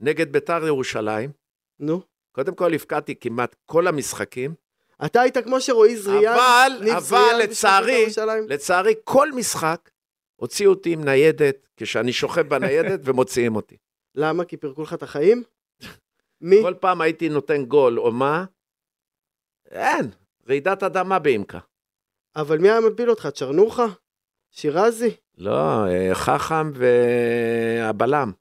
S3: נגד ביתר ירושלים,
S4: נו.
S3: קודם כל הבקעתי כמעט כל המשחקים,
S4: אתה היית כמו שרועי זריאן,
S3: אבל,
S4: ניב
S3: אבל
S4: זריאן,
S3: לצערי,
S4: בשביל ירושלים.
S3: לצערי כל משחק הוציאו אותי עם ניידת, כשאני שוכב בניידת ומוציאים אותי.
S4: למה? כי פירקו לך את החיים? מי?
S3: כל פעם הייתי נותן גול, או מה? אין, רעידת אדמה בעמקה.
S4: אבל מי היה מפיל אותך? צ'רנוחה? שירזי?
S3: לא, אה, חכם והבלם.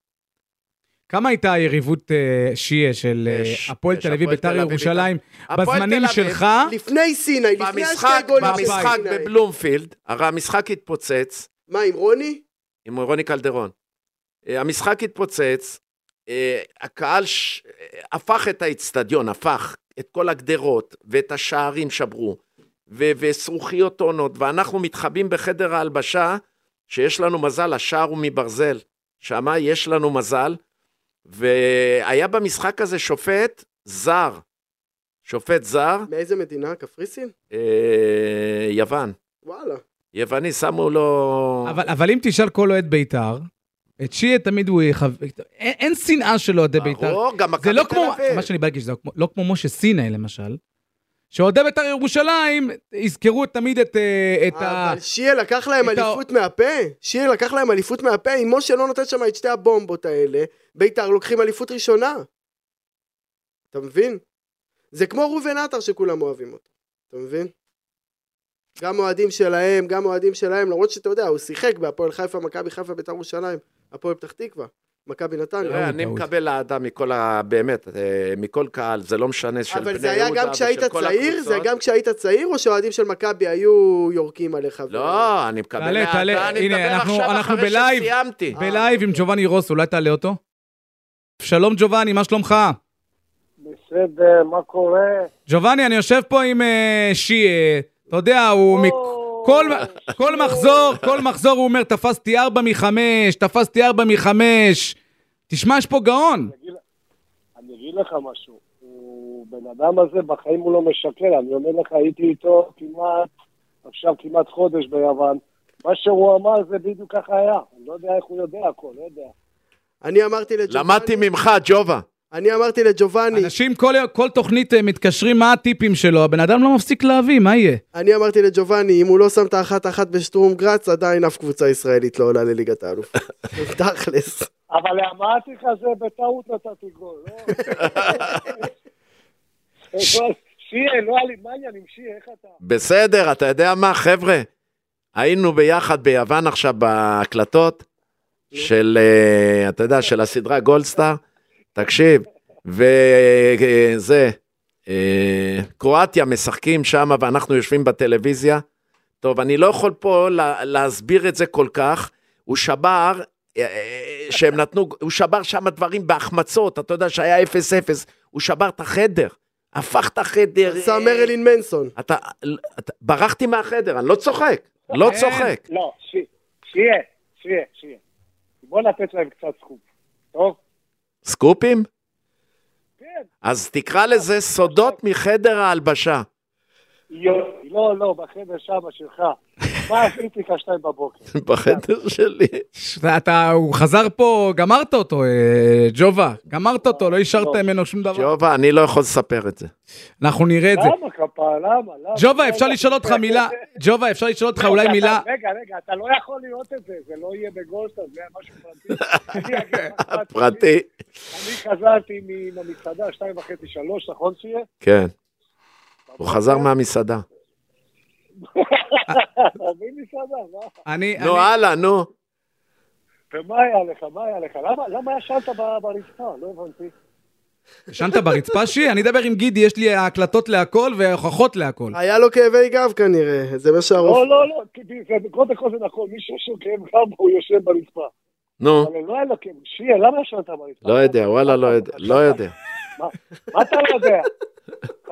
S2: כמה הייתה היריבות אה, שיהיה של אה,
S3: יש,
S2: הפועל
S3: יש,
S2: תל אביב,
S3: הפועל
S2: ביתר
S3: תל אביב
S2: ירושלים,
S3: הפועל
S2: בזמנים
S3: תל אביב,
S2: שלך,
S4: לפני סיני, לפני
S3: במשחק,
S4: השתי גולים של
S3: במשחק
S4: סיני.
S3: בבלומפילד, הרי המשחק התפוצץ
S4: מה, עם רוני?
S3: עם רוני קלדרון. אה, המשחק התפוצץ, אה, הקהל ש... אה, הפך את האיצטדיון, הפך את כל הגדרות ואת השערים שברו, ו- וזרוחיות טונות, ואנחנו מתחבאים בחדר ההלבשה, שיש לנו מזל, השער הוא מברזל. שמה יש לנו מזל, והיה במשחק הזה שופט זר. שופט זר,
S4: מאיזה מדינה? קפריסין?
S3: אה, יוון.
S4: וואלה.
S3: יווני, שמו לו...
S2: אבל- אבל אם תשאל כל אוהד ביתר, את שיהיה תמיד הוא יחב... אין אין שנאה של אוהדי ביתר.
S3: ברור, גם
S2: זה
S3: מכבי
S2: לא
S3: תל
S2: כמו,
S3: אביב.
S2: מה שאני בא להגיד, זה לא כמו- לא כמו משה סיני למשל, שאוהדי בית"ר ירושלים יזכרו תמיד את, אה, את ה...
S4: אבל שיה לקח להם
S2: את ה-
S4: אליפות מהפה. שיה לקח להם אליפות מהפה. אם משה לא נותן שם את שתי הבומבות האלה, ביתר לוקחים אליפות ראשונה. אתה מבין? זה כמו ראובן עטר שכולם אוהבים אותו. אתה מבין? גם אוהדים שלהם, גם אוהדים שלהם, למרות שאתה יודע, הוא שיחק בהפועל חיפה, מכבי חיפה, ביתר ירושלים, הפועל פתח תקווה, מכבי נתניה.
S3: תראה, אה, אני
S2: לא, טעות.
S3: מקבל אהדה מכל ה... באמת, אה, מכל קהל, זה לא משנה של בני יהודה
S4: אבל
S3: ושל
S4: זה היה גם כשהיית
S3: כל
S4: צעיר? זה
S3: הקבוצות.
S4: גם כשהיית צעיר, או שאוהדים של מכבי היו יורקים עליך?
S3: לא, אני מקבל
S2: תעלה,
S3: אהדה,
S2: תעלה.
S3: אני
S2: הנה,
S3: מדבר
S2: אנחנו-
S3: עכשיו
S2: אנחנו
S3: אחרי
S2: בלייב. אה.
S3: שסיימתי.
S2: בלייב
S3: אה,
S2: עם ג'ובאני רוס, אולי תעלה אותו? שלום ג'ובאני, מה שלומך?
S5: בסדר, אה, מה קורה?
S2: ג'ובאני, אני יושב פה עם אה, שי, אה, אתה יודע, הוא... מק... כל, כל מחזור, כל מחזור הוא אומר, תפסתי ארבע מחמש, תפסתי ארבע מחמש. תשמע, יש פה גאון.
S5: אני אגיד לך משהו. הוא... בן אדם הזה בחיים הוא לא משקר. אני אומר לך, הייתי איתו כמעט, עכשיו כמעט חודש ביוון. מה שהוא אמר זה בדיוק ככה היה. אני לא יודע איך הוא יודע הכל, לא יודע.
S4: אני אמרתי לג'ובאני...
S3: למדתי ממך, ג'ובה.
S4: אני אמרתי לג'ובאני...
S2: אנשים כל, כל תוכנית אה, מתקשרים מה הטיפים שלו, הבן אדם לא מפסיק להביא, מה יהיה?
S4: אני אמרתי לג'ובאני, אם הוא לא שם את האחת-אחת בשטרום גראץ, עדיין אף קבוצה ישראלית לא עולה לליגת האלוף. תכלס.
S5: אבל אמרתי לך, זה בטעות נתתי גול, לא? שיהיה, לא היה לי, מה העניין עם שיהיה, איך אתה?
S3: בסדר, אתה יודע מה, חבר'ה? היינו ביחד ביוון עכשיו בהקלטות של, אה, אתה יודע, של הסדרה גולדסטאר. תקשיב, וזה, אה, קרואטיה משחקים שם ואנחנו יושבים בטלוויזיה. טוב, אני לא יכול פה לה- להסביר את זה כל כך. הוא שבר, אה, אה, שהם נתנו, הוא שבר שם דברים בהחמצות, אתה יודע שהיה 0-0, הוא שבר את החדר, הפך את החדר.
S4: שם
S3: אה,
S4: מרילין מנסון.
S3: אתה, אתה, ברחתי מהחדר, אני לא צוחק, לא
S2: אין.
S3: צוחק.
S5: לא, שי- שיהיה, שיהיה, שיהיה. בוא לתת להם קצת סקופ, טוב?
S3: סקופים?
S5: כן.
S3: אז תקרא לזה סודות מחדר ההלבשה.
S5: יופי, לא, לא, בחדר שמה שלך. מה עשיתי לך שתיים בבוקר?
S3: בחדר שלי.
S2: שאתה, אתה, הוא חזר פה, גמרת אותו, אה, ג'ובה. גמרת אותו, לא השארת
S5: לא.
S2: ממנו שום דבר.
S3: ג'ובה, אני לא יכול לספר את זה.
S2: אנחנו נראה את זה.
S5: למה כפה? למה? למה?
S2: ג'ובה,
S5: למה?
S2: אפשר לשאול אותך מילה, ג'ובה, אפשר לשאול אותך
S5: רגע,
S2: אולי
S5: אתה-
S2: מילה,
S5: רגע, רגע, אתה לא יכול לראות את זה, זה לא יהיה בגולדסטאר, זה היה משהו פרטי. אני אגיד לך משהו
S3: פרטי.
S5: אני חזרתי מן- מהמסעדה, שתיים וחצי, שלוש, נכון שיהיה?
S3: כן. הוא חזר מהמסעדה.
S5: עוברים מסעדה, מה?
S2: אני,
S4: לא,
S3: נו,
S4: אה?
S2: אני-
S3: הלאה, נו.
S5: ומה היה לך? מה היה לך? למה- למה ישנת ב- ברצפה? לא הבנתי.
S2: ישנת ברצפה שלי? אני אדבר עם גידי, יש לי הקלטות להכל והוכחות להכל.
S4: היה לו כאבי גב כנראה, זה מה
S5: לא,
S4: שהרופא...
S5: לא, לא, כי זה- קודם כל זה נכון, מי שיש לו כאב גב, הוא יושב ברצפה.
S3: נו.
S5: אבל לא היה לו כאב, שיהיה, למה ישנת ברצפה?
S3: לא יודע, וואלה, לא יודע. לא יודע.
S5: מה- מה אתה לא יודע?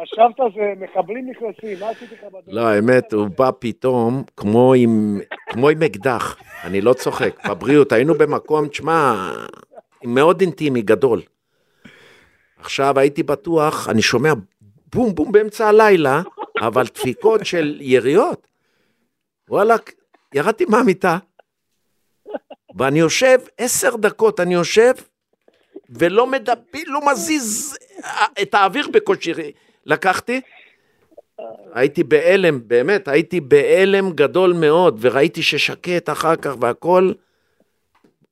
S5: חשבת זה מחבלים נכנסים, מה עשיתי לך בדרך?
S3: לא, האמת, הוא בא פתאום כמו עם כמו עם אקדח. אני לא צוחק. בבריאות, היינו במקום, תשמע, מאוד אינטימי, גדול. עכשיו הייתי בטוח, אני שומע בום בום באמצע הלילה, אבל דפיקות של יריות. וואלכ, ירדתי מהמיטה, ואני יושב עשר דקות, אני יושב, ולא מדבר, לא מזיז אה, את האוויר בקושי לקחתי. הייתי בהלם, באמת, הייתי בהלם גדול מאוד, וראיתי ששקט אחר כך והכל.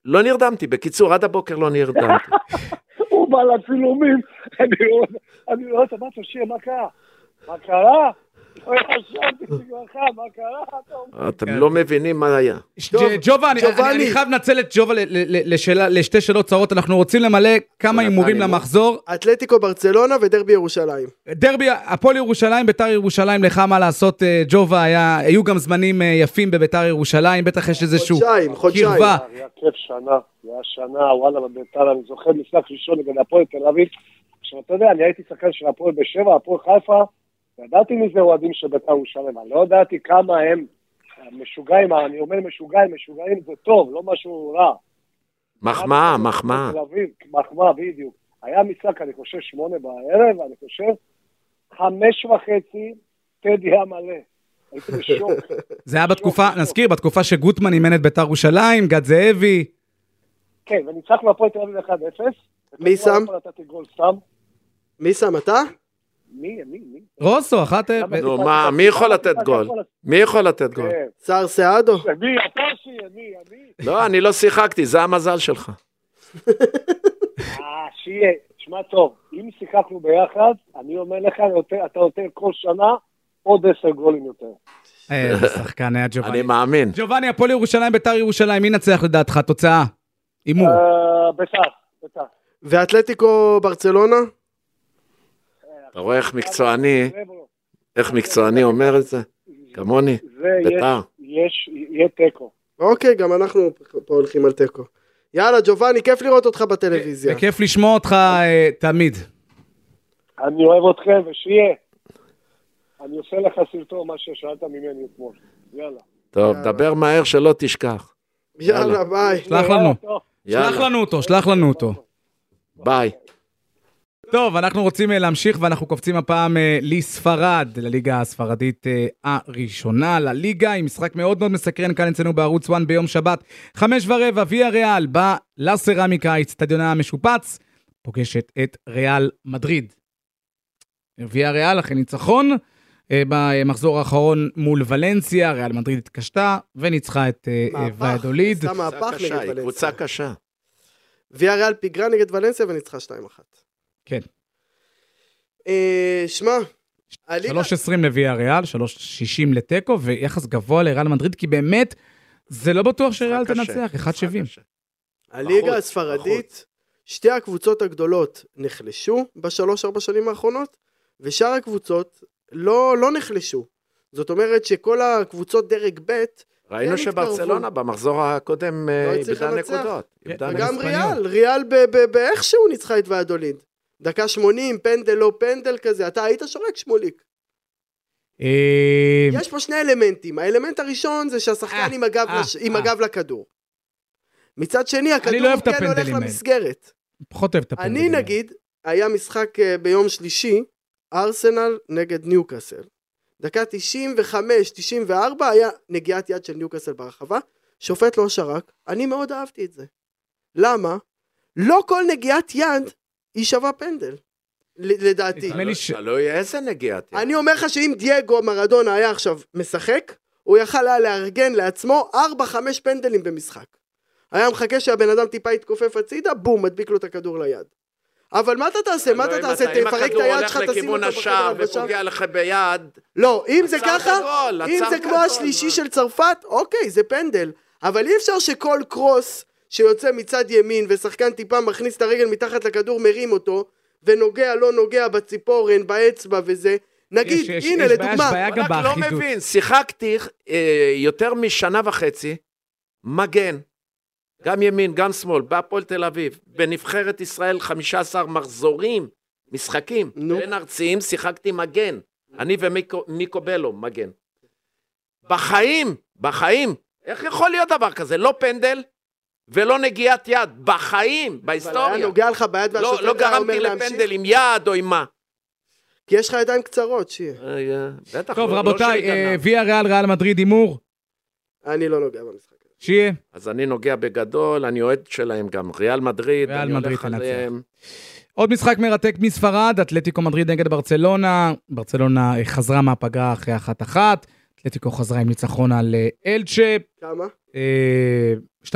S3: לא נרדמתי, בקיצור, עד הבוקר לא נרדמתי.
S5: הוא בא לצילומים, אני לא- אני לא יודע, מה אתה שיר, מה קרה? מה קרה? לא ישנתי בגללך, מה קרה? אתה אומר,
S3: אתם
S2: כן,
S3: לא מבינים מה היה.
S4: טוב,
S2: ג'- ג'ובה, אני- אני-
S4: ג'ובאני.
S2: אני חייב לנצל את ג'ובה ל- ל- ל- לשאלה- לשתי שאלות צרות, אנחנו רוצים למלא כמה
S3: נתן
S2: הימורים
S3: הימור.
S2: למחזור.
S4: אתלטיקו ברצלונה ודרבי ירושלים.
S2: דרבי, הפועל ירושלים, ביתר ירושלים, לך מה לעשות, אה, ג'ובה, היה- היו גם זמנים אה, יפים בביתר ירושלים, בטח יש איזשהו
S4: חודשיים, חודשיים.
S2: קרבה.
S5: היה כיף שנה, היה שנה, וואלה, בביתר, אני זוכר משחק ראשון נגד הפועל תל אביב. עכשיו, אתה יודע, אני הייתי שחקן של הפועל בשבע, הפועל חיפה, ידעתי מי זה אוהדים של ביתר ירושלים, אני לא ידעתי כמה הם משוגעים, אני אומר משוגעים, משוגעים זה טוב, לא משהו רע.
S3: מחמאה, מחמאה.
S5: תל אביב, מחמאה, בדיוק. היה משחק, אני חושב, שמונה בערב, אני חושב, חמש וחצי, טדי היה מלא. הייתי בשוק.
S2: זה היה בתקופה,
S5: שוב, שוב.
S2: נזכיר, בתקופה שגוטמן אימן את ביתר ירושלים, גד זאבי,
S5: כן, וניצחנו הפועל תל אביב 1-0.
S4: מי שם?
S5: נתתי גול סתם.
S4: מי שם אתה?
S5: מי, מי, מי?
S2: רוסו, אחת... אה,
S3: נו, מה, מי יכול לתת גול? מי יכול לתת גול?
S5: כן.
S4: סער סעדו.
S5: מי, אתה שי, אני, אני.
S3: לא, אני לא שיחקתי, זה המזל שלך.
S5: אה, שיהיה, שמע טוב, אם שיחקנו ביחד, אני אומר לך, אני יותר- אתה יותר כל שנה עוד עשר גולים יותר.
S2: אה, איזה שחקן היה
S3: אני
S2: ג'ובאני.
S3: מאמין.
S2: ג'ובאני, הפועל ירושלים, ביתר ירושלים, מי ינצח לדעתך? תוצאה. הימור.
S5: אה, ביתר, ביתר.
S4: ואתלטיקו ברצלונה?
S3: אתה רואה איך מקצועני,
S5: זה בוא.
S3: איך מקצועני אומר את זה? כמוני,
S5: זה
S3: ביתר.
S5: יש- יש, יהיה תיקו.
S4: אוקיי, גם אנחנו פה הולכים על תיקו. יאללה, ג'ובאני, כיף לראות אותך בטלוויזיה.
S2: וכיף לשמוע אותך אה, תמיד.
S5: אני אוהב אתכם, ושיהיה. אני עושה לך סרטון, מה ששאלת ממני אתמול. יאללה.
S3: טוב,
S2: אה,
S3: דבר מהר שלא תשכח.
S4: יאללה, ביי.
S2: שלח לנו.
S5: טוב.
S2: שלח
S3: יאללה,
S2: לנו אותו, שלח לנו אותו.
S3: ביי.
S2: טוב, אנחנו רוצים אה, להמשיך ואנחנו קופצים הפעם אה, לספרד, לליגה הספרדית אה, הראשונה, לליגה, עם משחק מאוד מאוד מסקרן כאן אצלנו בערוץ 1 ביום שבת, חמש ורבע, ויה ריאל, בא לסרמיקה, האצטדיונה המשופץ, פוגשת את ריאל מדריד. ויה ריאל אחרי ניצחון, אה, במחזור האחרון מול ולנסיה, ריאל מדריד התקשתה וניצחה את אה, אה,
S4: מהפך,
S2: ועדוליד.
S4: עשה מהפך
S3: קבוצה קשה,
S4: נגד
S3: היא
S4: ולנסיה.
S3: קבוצה קשה.
S4: ויה ריאל פיגרה נגד ולנסיה וניצחה 2-1.
S2: כן.
S4: אה, שמע, הליגה...
S2: 3.20 לוויה ריאל, 3.60 לתיקו, ויחס גבוה לריאל מדריד, כי באמת, זה לא בטוח שריאל
S3: משחק קשה,
S2: תנצח,
S3: משחק
S2: 1.70.
S3: קשה.
S4: הליגה
S3: בחוץ,
S4: הספרדית, שתי הקבוצות הגדולות נחלשו בשלוש-ארבע שנים האחרונות, ושאר הקבוצות לא, לא נחלשו. זאת אומרת שכל הקבוצות דרג ב'
S3: ראינו
S4: כן,
S3: שברצלונה
S4: התקרבו.
S3: במחזור הקודם אה,
S4: הצליחה
S3: איבדה
S4: לנצח.
S3: נקודות. איבדה
S2: וגם
S4: וגם
S3: נקודות.
S2: אספניול.
S4: ריאל, ריאל ב- ב- באיכשהו ניצחה את ועדוליד. דקה 80, פנדל לא פנדל כזה, אתה היית שורק שמוליק.
S2: אה,
S4: יש פה שני אלמנטים, האלמנט הראשון זה
S2: אה,
S4: שהשחקן עם הגב
S2: אה,
S4: לש- עם
S2: אה.
S4: הגב לכדור. מצד שני, הכדור
S2: לא אוהב את
S4: כן הולך
S2: הפנדלים האלה.
S4: למסגרת.
S2: פחות אוהב את הפנדלים.
S4: אני נגיד, היה משחק אה, ביום שלישי, ארסנל נגד ניוקאסל. דקה 95-94 היה נגיעת יד של ניוקאסל ברחבה, שופט לא שרק, אני מאוד אהבתי את זה. למה? לא כל נגיעת יד היא שווה פנדל, ל- לדעתי.
S2: נדמה לי ש-
S3: תלוי איזה נגיעת. יד.
S4: אני אומר לך שאם דייגו מרדונה היה עכשיו משחק, הוא יכל היה לארגן לעצמו 4-5 פנדלים במשחק. היה מחכה שהבן אדם טיפה יתכופף הצידה, בום, מדביק לו את הכדור ליד. אבל מה אתה תעשה? מה
S3: לא,
S4: אתה
S3: אם
S4: תעשה? תפרק את היד שלך,
S3: אם הכדור הולך
S4: תשים
S3: לכיוון
S4: אותו
S3: השער
S4: בחדר הלבשה?
S3: ופוגע לך ביד,
S4: לא, אם זה
S3: עצרת
S4: ככה,
S3: גול,
S4: אם
S3: עצרת
S4: זה כמו
S3: גול,
S4: השלישי
S3: מה?
S4: של צרפת, אוקיי, זה פנדל. אבל אי אפשר שכל קרוס שיוצא מצד ימין ושחקן טיפה מכניס את הרגל מתחת לכדור, מרים אותו, ונוגע, לא נוגע בציפורן, באצבע וזה. נגיד,
S2: יש-
S4: הנה,
S2: יש בעיה-
S4: לדוגמה,
S2: יש בעיה
S3: הוא
S2: גם
S3: רק לא
S2: באחידות.
S3: מבין, שיחקתי אה, יותר משנה וחצי, מגן, גם ימין, גם שמאל, בהפועל תל אביב, בנבחרת ישראל 15 מחזורים, משחקים,
S4: נו.
S3: בין ארציים שיחקתי מגן, אני ומיקו מיקו בלו מגן. בחיים, בחיים, איך יכול להיות דבר כזה? לא פנדל ולא נגיעת יד, בחיים,
S4: אבל היה
S3: בהיסטוריה.
S4: נוגע לך ביד
S3: לא,
S4: והשופט
S3: לא
S4: היה אומר
S3: גרמתי
S4: להמשיך,
S3: לפנדל עם יד או עם מה.
S4: כי יש לך ידיים קצרות, שיר.
S3: אה, אה, בטח,
S2: טוב,
S3: לא- לא
S2: רבותיי,
S3: של
S2: אה,
S3: גנב.
S2: ויה ריאל, ריאל מדריד, הימור,
S4: אני לא נוגע במשחק.
S2: שיהיה.
S3: אז אני נוגע בגדול, אני אוהד שלהם גם, ריאל מדריד,
S2: ריאל
S3: אני
S2: מדריד
S3: הולך
S2: תנצח.
S3: עליהם.
S2: עוד משחק מרתק מספרד, אתלטיקו מדריד נגד ברצלונה. ברצלונה אה, חזרה מהפגרה אחרי אחת אחת, אתלטיקו חזרה עם ניצחון על אה, אלצ'ה,
S4: כמה?
S2: אה, 2-0.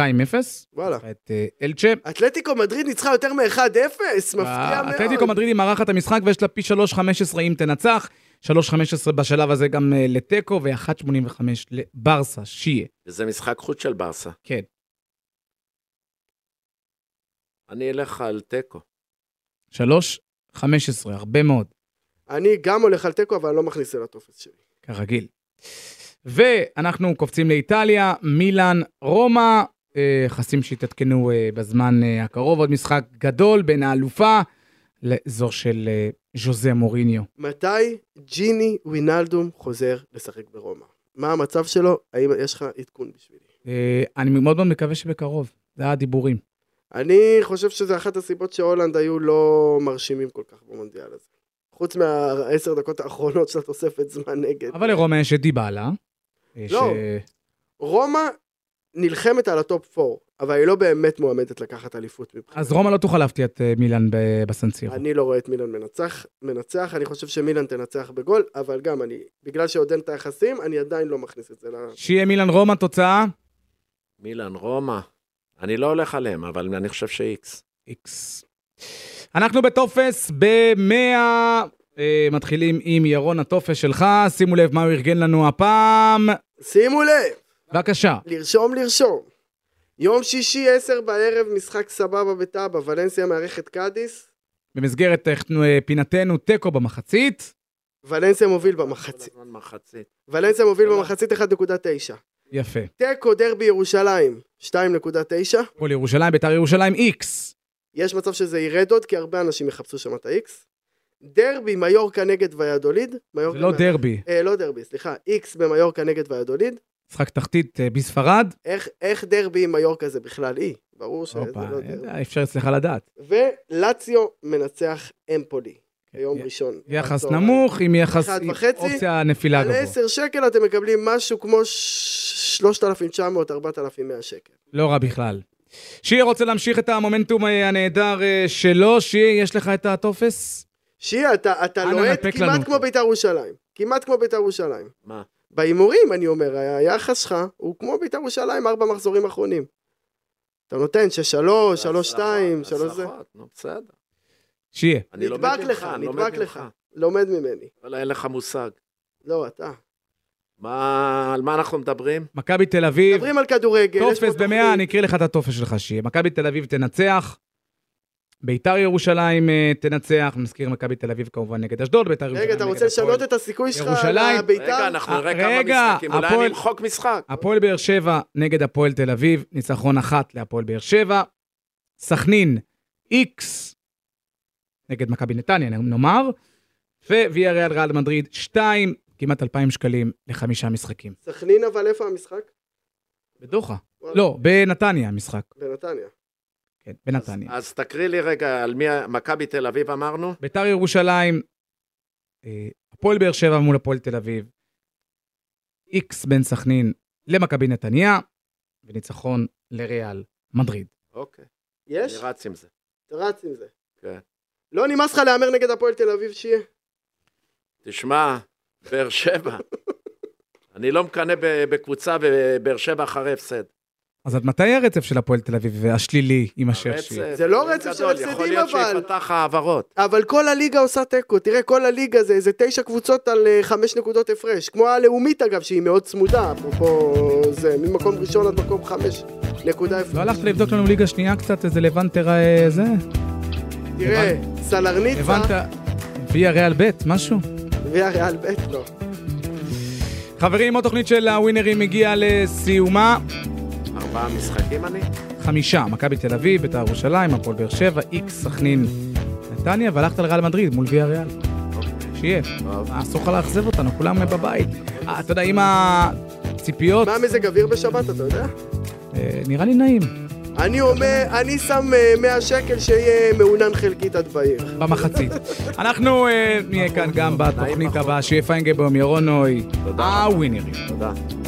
S4: וואלה.
S2: את אה, אלצ'ה.
S4: אתלטיקו מדריד ניצחה יותר מ-1-0? מפתיע מאוד.
S2: אה, אתלטיקו מדריד היא מארחת המשחק ויש לה פי 3.15 אם תנצח, 3.15 בשלב הזה גם אה, לתיקו ו-1.85 לברסה, שיהיה.
S3: זה משחק חוץ של ברסה.
S2: כן.
S3: אני אלך על תיקו.
S2: 3.15, הרבה מאוד,
S4: אני גם הולך על תיקו, אבל אני לא מכניס אל הטופס שלי.
S2: כרגיל. ואנחנו קופצים לאיטליה, מילאן, רומא, אה, יחסים שהתעדכנו אה, בזמן אה, הקרוב, עוד משחק גדול בין האלופה לזו של אה, ז'וזה מוריניו.
S4: מתי ג'יני וינלדום חוזר לשחק ברומא? מה המצב שלו? האם יש לך עדכון בשבילי?
S2: אה, אני מאוד מאוד מקווה שבקרוב, זה הדיבורים.
S4: אני חושב שזו אחת הסיבות שהולנד היו לא מרשימים כל כך במונדיאל הזה. חוץ מהעשר דקות האחרונות של התוספת זמן נגד.
S2: אבל לרומא יש את דיבאלה.
S4: לא. רומא נלחמת על הטופ 4. אבל היא לא באמת מועמדת לקחת אליפות מבחינתי.
S2: אז רומא לא תוכל להפתיע את אה, מילאן ב- בסנסירו.
S4: אני לא רואה את מילן מנצח, מנצח, אני חושב שמילן תנצח בגול, אבל גם אני, בגלל שעוד אין את היחסים, אני עדיין לא מכניס את זה ל...
S2: שיהיה מילאן רומא תוצאה?
S3: מילאן, רומא. אני לא הולך עליהם, אבל אני חושב שאיקס.
S2: איקס. אנחנו בטופס ב-100, אה, מתחילים עם ירון הטופס שלך, שימו לב מה הוא ארגן לנו הפעם.
S4: שימו לב!
S2: בבקשה.
S4: לרשום, לרשום. יום שישי, עשר בערב, משחק סבבה בטאבה, ולנסיה מארחת קאדיס,
S2: במסגרת אה, אנחנו, אה, פינתנו תיקו במחצית,
S4: ולנסיה מוביל במחצית.
S3: כל הזמן מחצית.
S4: ולנסיה מוביל במחצית 1.9.
S2: יפה.
S4: תיקו דרבי ירושלים, 2.9.
S2: הפועל ירושלים, ביתר ירושלים, איקס.
S4: יש מצב שזה ירד עוד, כי הרבה אנשים יחפשו שם את ה-X. דרבי מיורקה נגד ויאדוליד.
S2: זה לא דרבי,
S4: אה, לא דרבי, סליחה. X במיורקה נגד ויאדוליד.
S2: משחק תחתית אה, בספרד.
S4: איך, איך דרבי עם מיורקה זה בכלל אי? ברור שזה
S2: הופה,
S4: לא דרבי.
S2: אה, אפשר אצלך לדעת.
S4: ולציו מנצח אמפולי, ביום
S2: כן, י-
S4: ראשון.
S2: יחס
S4: בצהריים.
S2: נמוך, עם יחס,
S4: אחד
S2: עם
S4: וחצי,
S2: אופציה נפילה
S4: על
S2: גבוה.
S4: 10 שקל אתם מקבלים משהו כמו 3,900-4,100 שקל.
S2: לא רע בכלל. שיר רוצה להמשיך את המומנטום אה, הנהדר אה, שלו. שיר, יש לך את הטופס?
S4: שיהיה, אתה, אתה
S2: אנא,
S4: לוהט
S2: נפק לנו
S4: כמעט כמו
S2: אותו.
S4: בית"ר ירושלים. כמעט כמו בית"ר ירושלים.
S3: מה?
S4: בהימורים, אני אומר, ה- היחס שלך הוא כמו בית"ר ירושלים, ארבע מחזורים אחרונים. אתה נותן 6-3, 3-2, 3 זה.
S3: הצלחות, נו, בסדר.
S2: שיר.
S3: אני לומד
S4: נדבק לך,
S3: ממך, אני לא לומד
S4: נדבק לך.
S3: ממך.
S4: לומד ממני.
S3: וואלה, אין לך מושג.
S4: לא, אתה.
S3: מה, על מה אנחנו מדברים?
S2: מכבי תל אביב,
S4: מדברים על כדורגל. יש פה
S2: טופס במאה,
S4: תוכנית.
S2: אני אקריא לך את הטופס שלך, שיהיה. מכבי תל אביב תנצח, ביתר ירושלים אה, תנצח, מזכיר מכבי תל אביב כמובן נגד אשדוד, ביתר ירושלים
S4: רגע, אתה רוצה לשנות את הסיכוי שלך
S2: ירושלים.
S3: רגע,
S4: לבית"ר?
S3: אנחנו
S2: אה,
S3: נראה
S2: רגע,
S3: כמה משחקים. אולי
S2: הפועל-
S3: אני אמחוק משחק.
S2: הפועל באר שבע נגד הפועל תל אביב, ניצחון אחת להפועל באר שבע. סכנין, איקס, נגד מכבי נתניה, נאמר. וויה ריאל ריאל מדריד, שתיים, כמעט אלפיים שקלים לחמישה משחקים.
S4: סכנין, אבל איפה המשחק?
S2: בדוחה.
S4: וואלה,
S2: לא, בנתניה המשחק.
S4: בנתניה.
S2: כן,
S3: אז-
S2: בנתניה.
S3: אז תקריא לי רגע על מי, ה- מכבי תל אביב אמרנו?
S2: ביתר ירושלים, אה, הפועל באר שבע מול הפועל תל אביב, איקס בן סכנין למכבי נתניה, וניצחון לריאל מדריד.
S3: אוקיי, אני
S4: יש?
S3: רץ עם זה.
S4: אתה רץ עם זה.
S3: כן.
S4: לא נמאס לך להמר נגד הפועל תל אביב שיהיה?
S3: תשמע, באר שבע. אני לא מקנא ב- בקבוצה בבאר שבע אחרי הפסד.
S2: אז עד מתי הרצף של הפועל תל אביב השלילי יימשך?
S3: הרצף,
S2: שיהיה?
S4: זה לא
S3: אלוהים
S4: רצף של
S3: גדול,
S4: הפסדים,
S3: יכול להיות
S4: אבל.
S3: שיפתח העברות.
S4: אבל כל הליגה עושה תיקו, תראה, כל הליגה זה איזה תשע קבוצות על אה, חמש נקודות הפרש. כמו הלאומית אגב, שהיא מאוד צמודה, אפרופו זה, ממקום ראשון עד מקום חמש נקודה הפרש.
S2: לא הלכת לבדוק לנו ליגה שנייה קצת, איזה לבנטר אה, זה?
S4: תראה,
S2: הבנת?
S4: סלרניצה,
S2: ויה ריאל ב', משהו?
S4: ויאריאל בית לא.
S2: חברים, עוד תוכנית של הווינרים הגיעה לסיומה.
S3: ארבעה משחקים אני?
S2: חמישה, מכבי תל אביב, בית"ר ירושלים, הפועל באר שבע, איקס, סכנין, נתניה, והלכת לריאל מדריד מול ויה ריאל. שיהיה.
S3: אוקיי. טוב.
S2: אה, אסור לך לאכזב אותנו, כולם בבית. אה, אתה יודע, עם הציפיות,
S4: מה מזג אוויר בשבת, אתה יודע?
S2: אה, נראה לי נעים.
S4: אני אומר, אני שם אה, 100 שקל שיהיה מעונן חלקית עד בעיר.
S2: במחצית. אנחנו אה, נהיה כאן גם בתוכנית הבאה, שיהיה פיינגה ביום ירון נוי,
S3: תודה.
S2: הווינרים.
S3: תודה.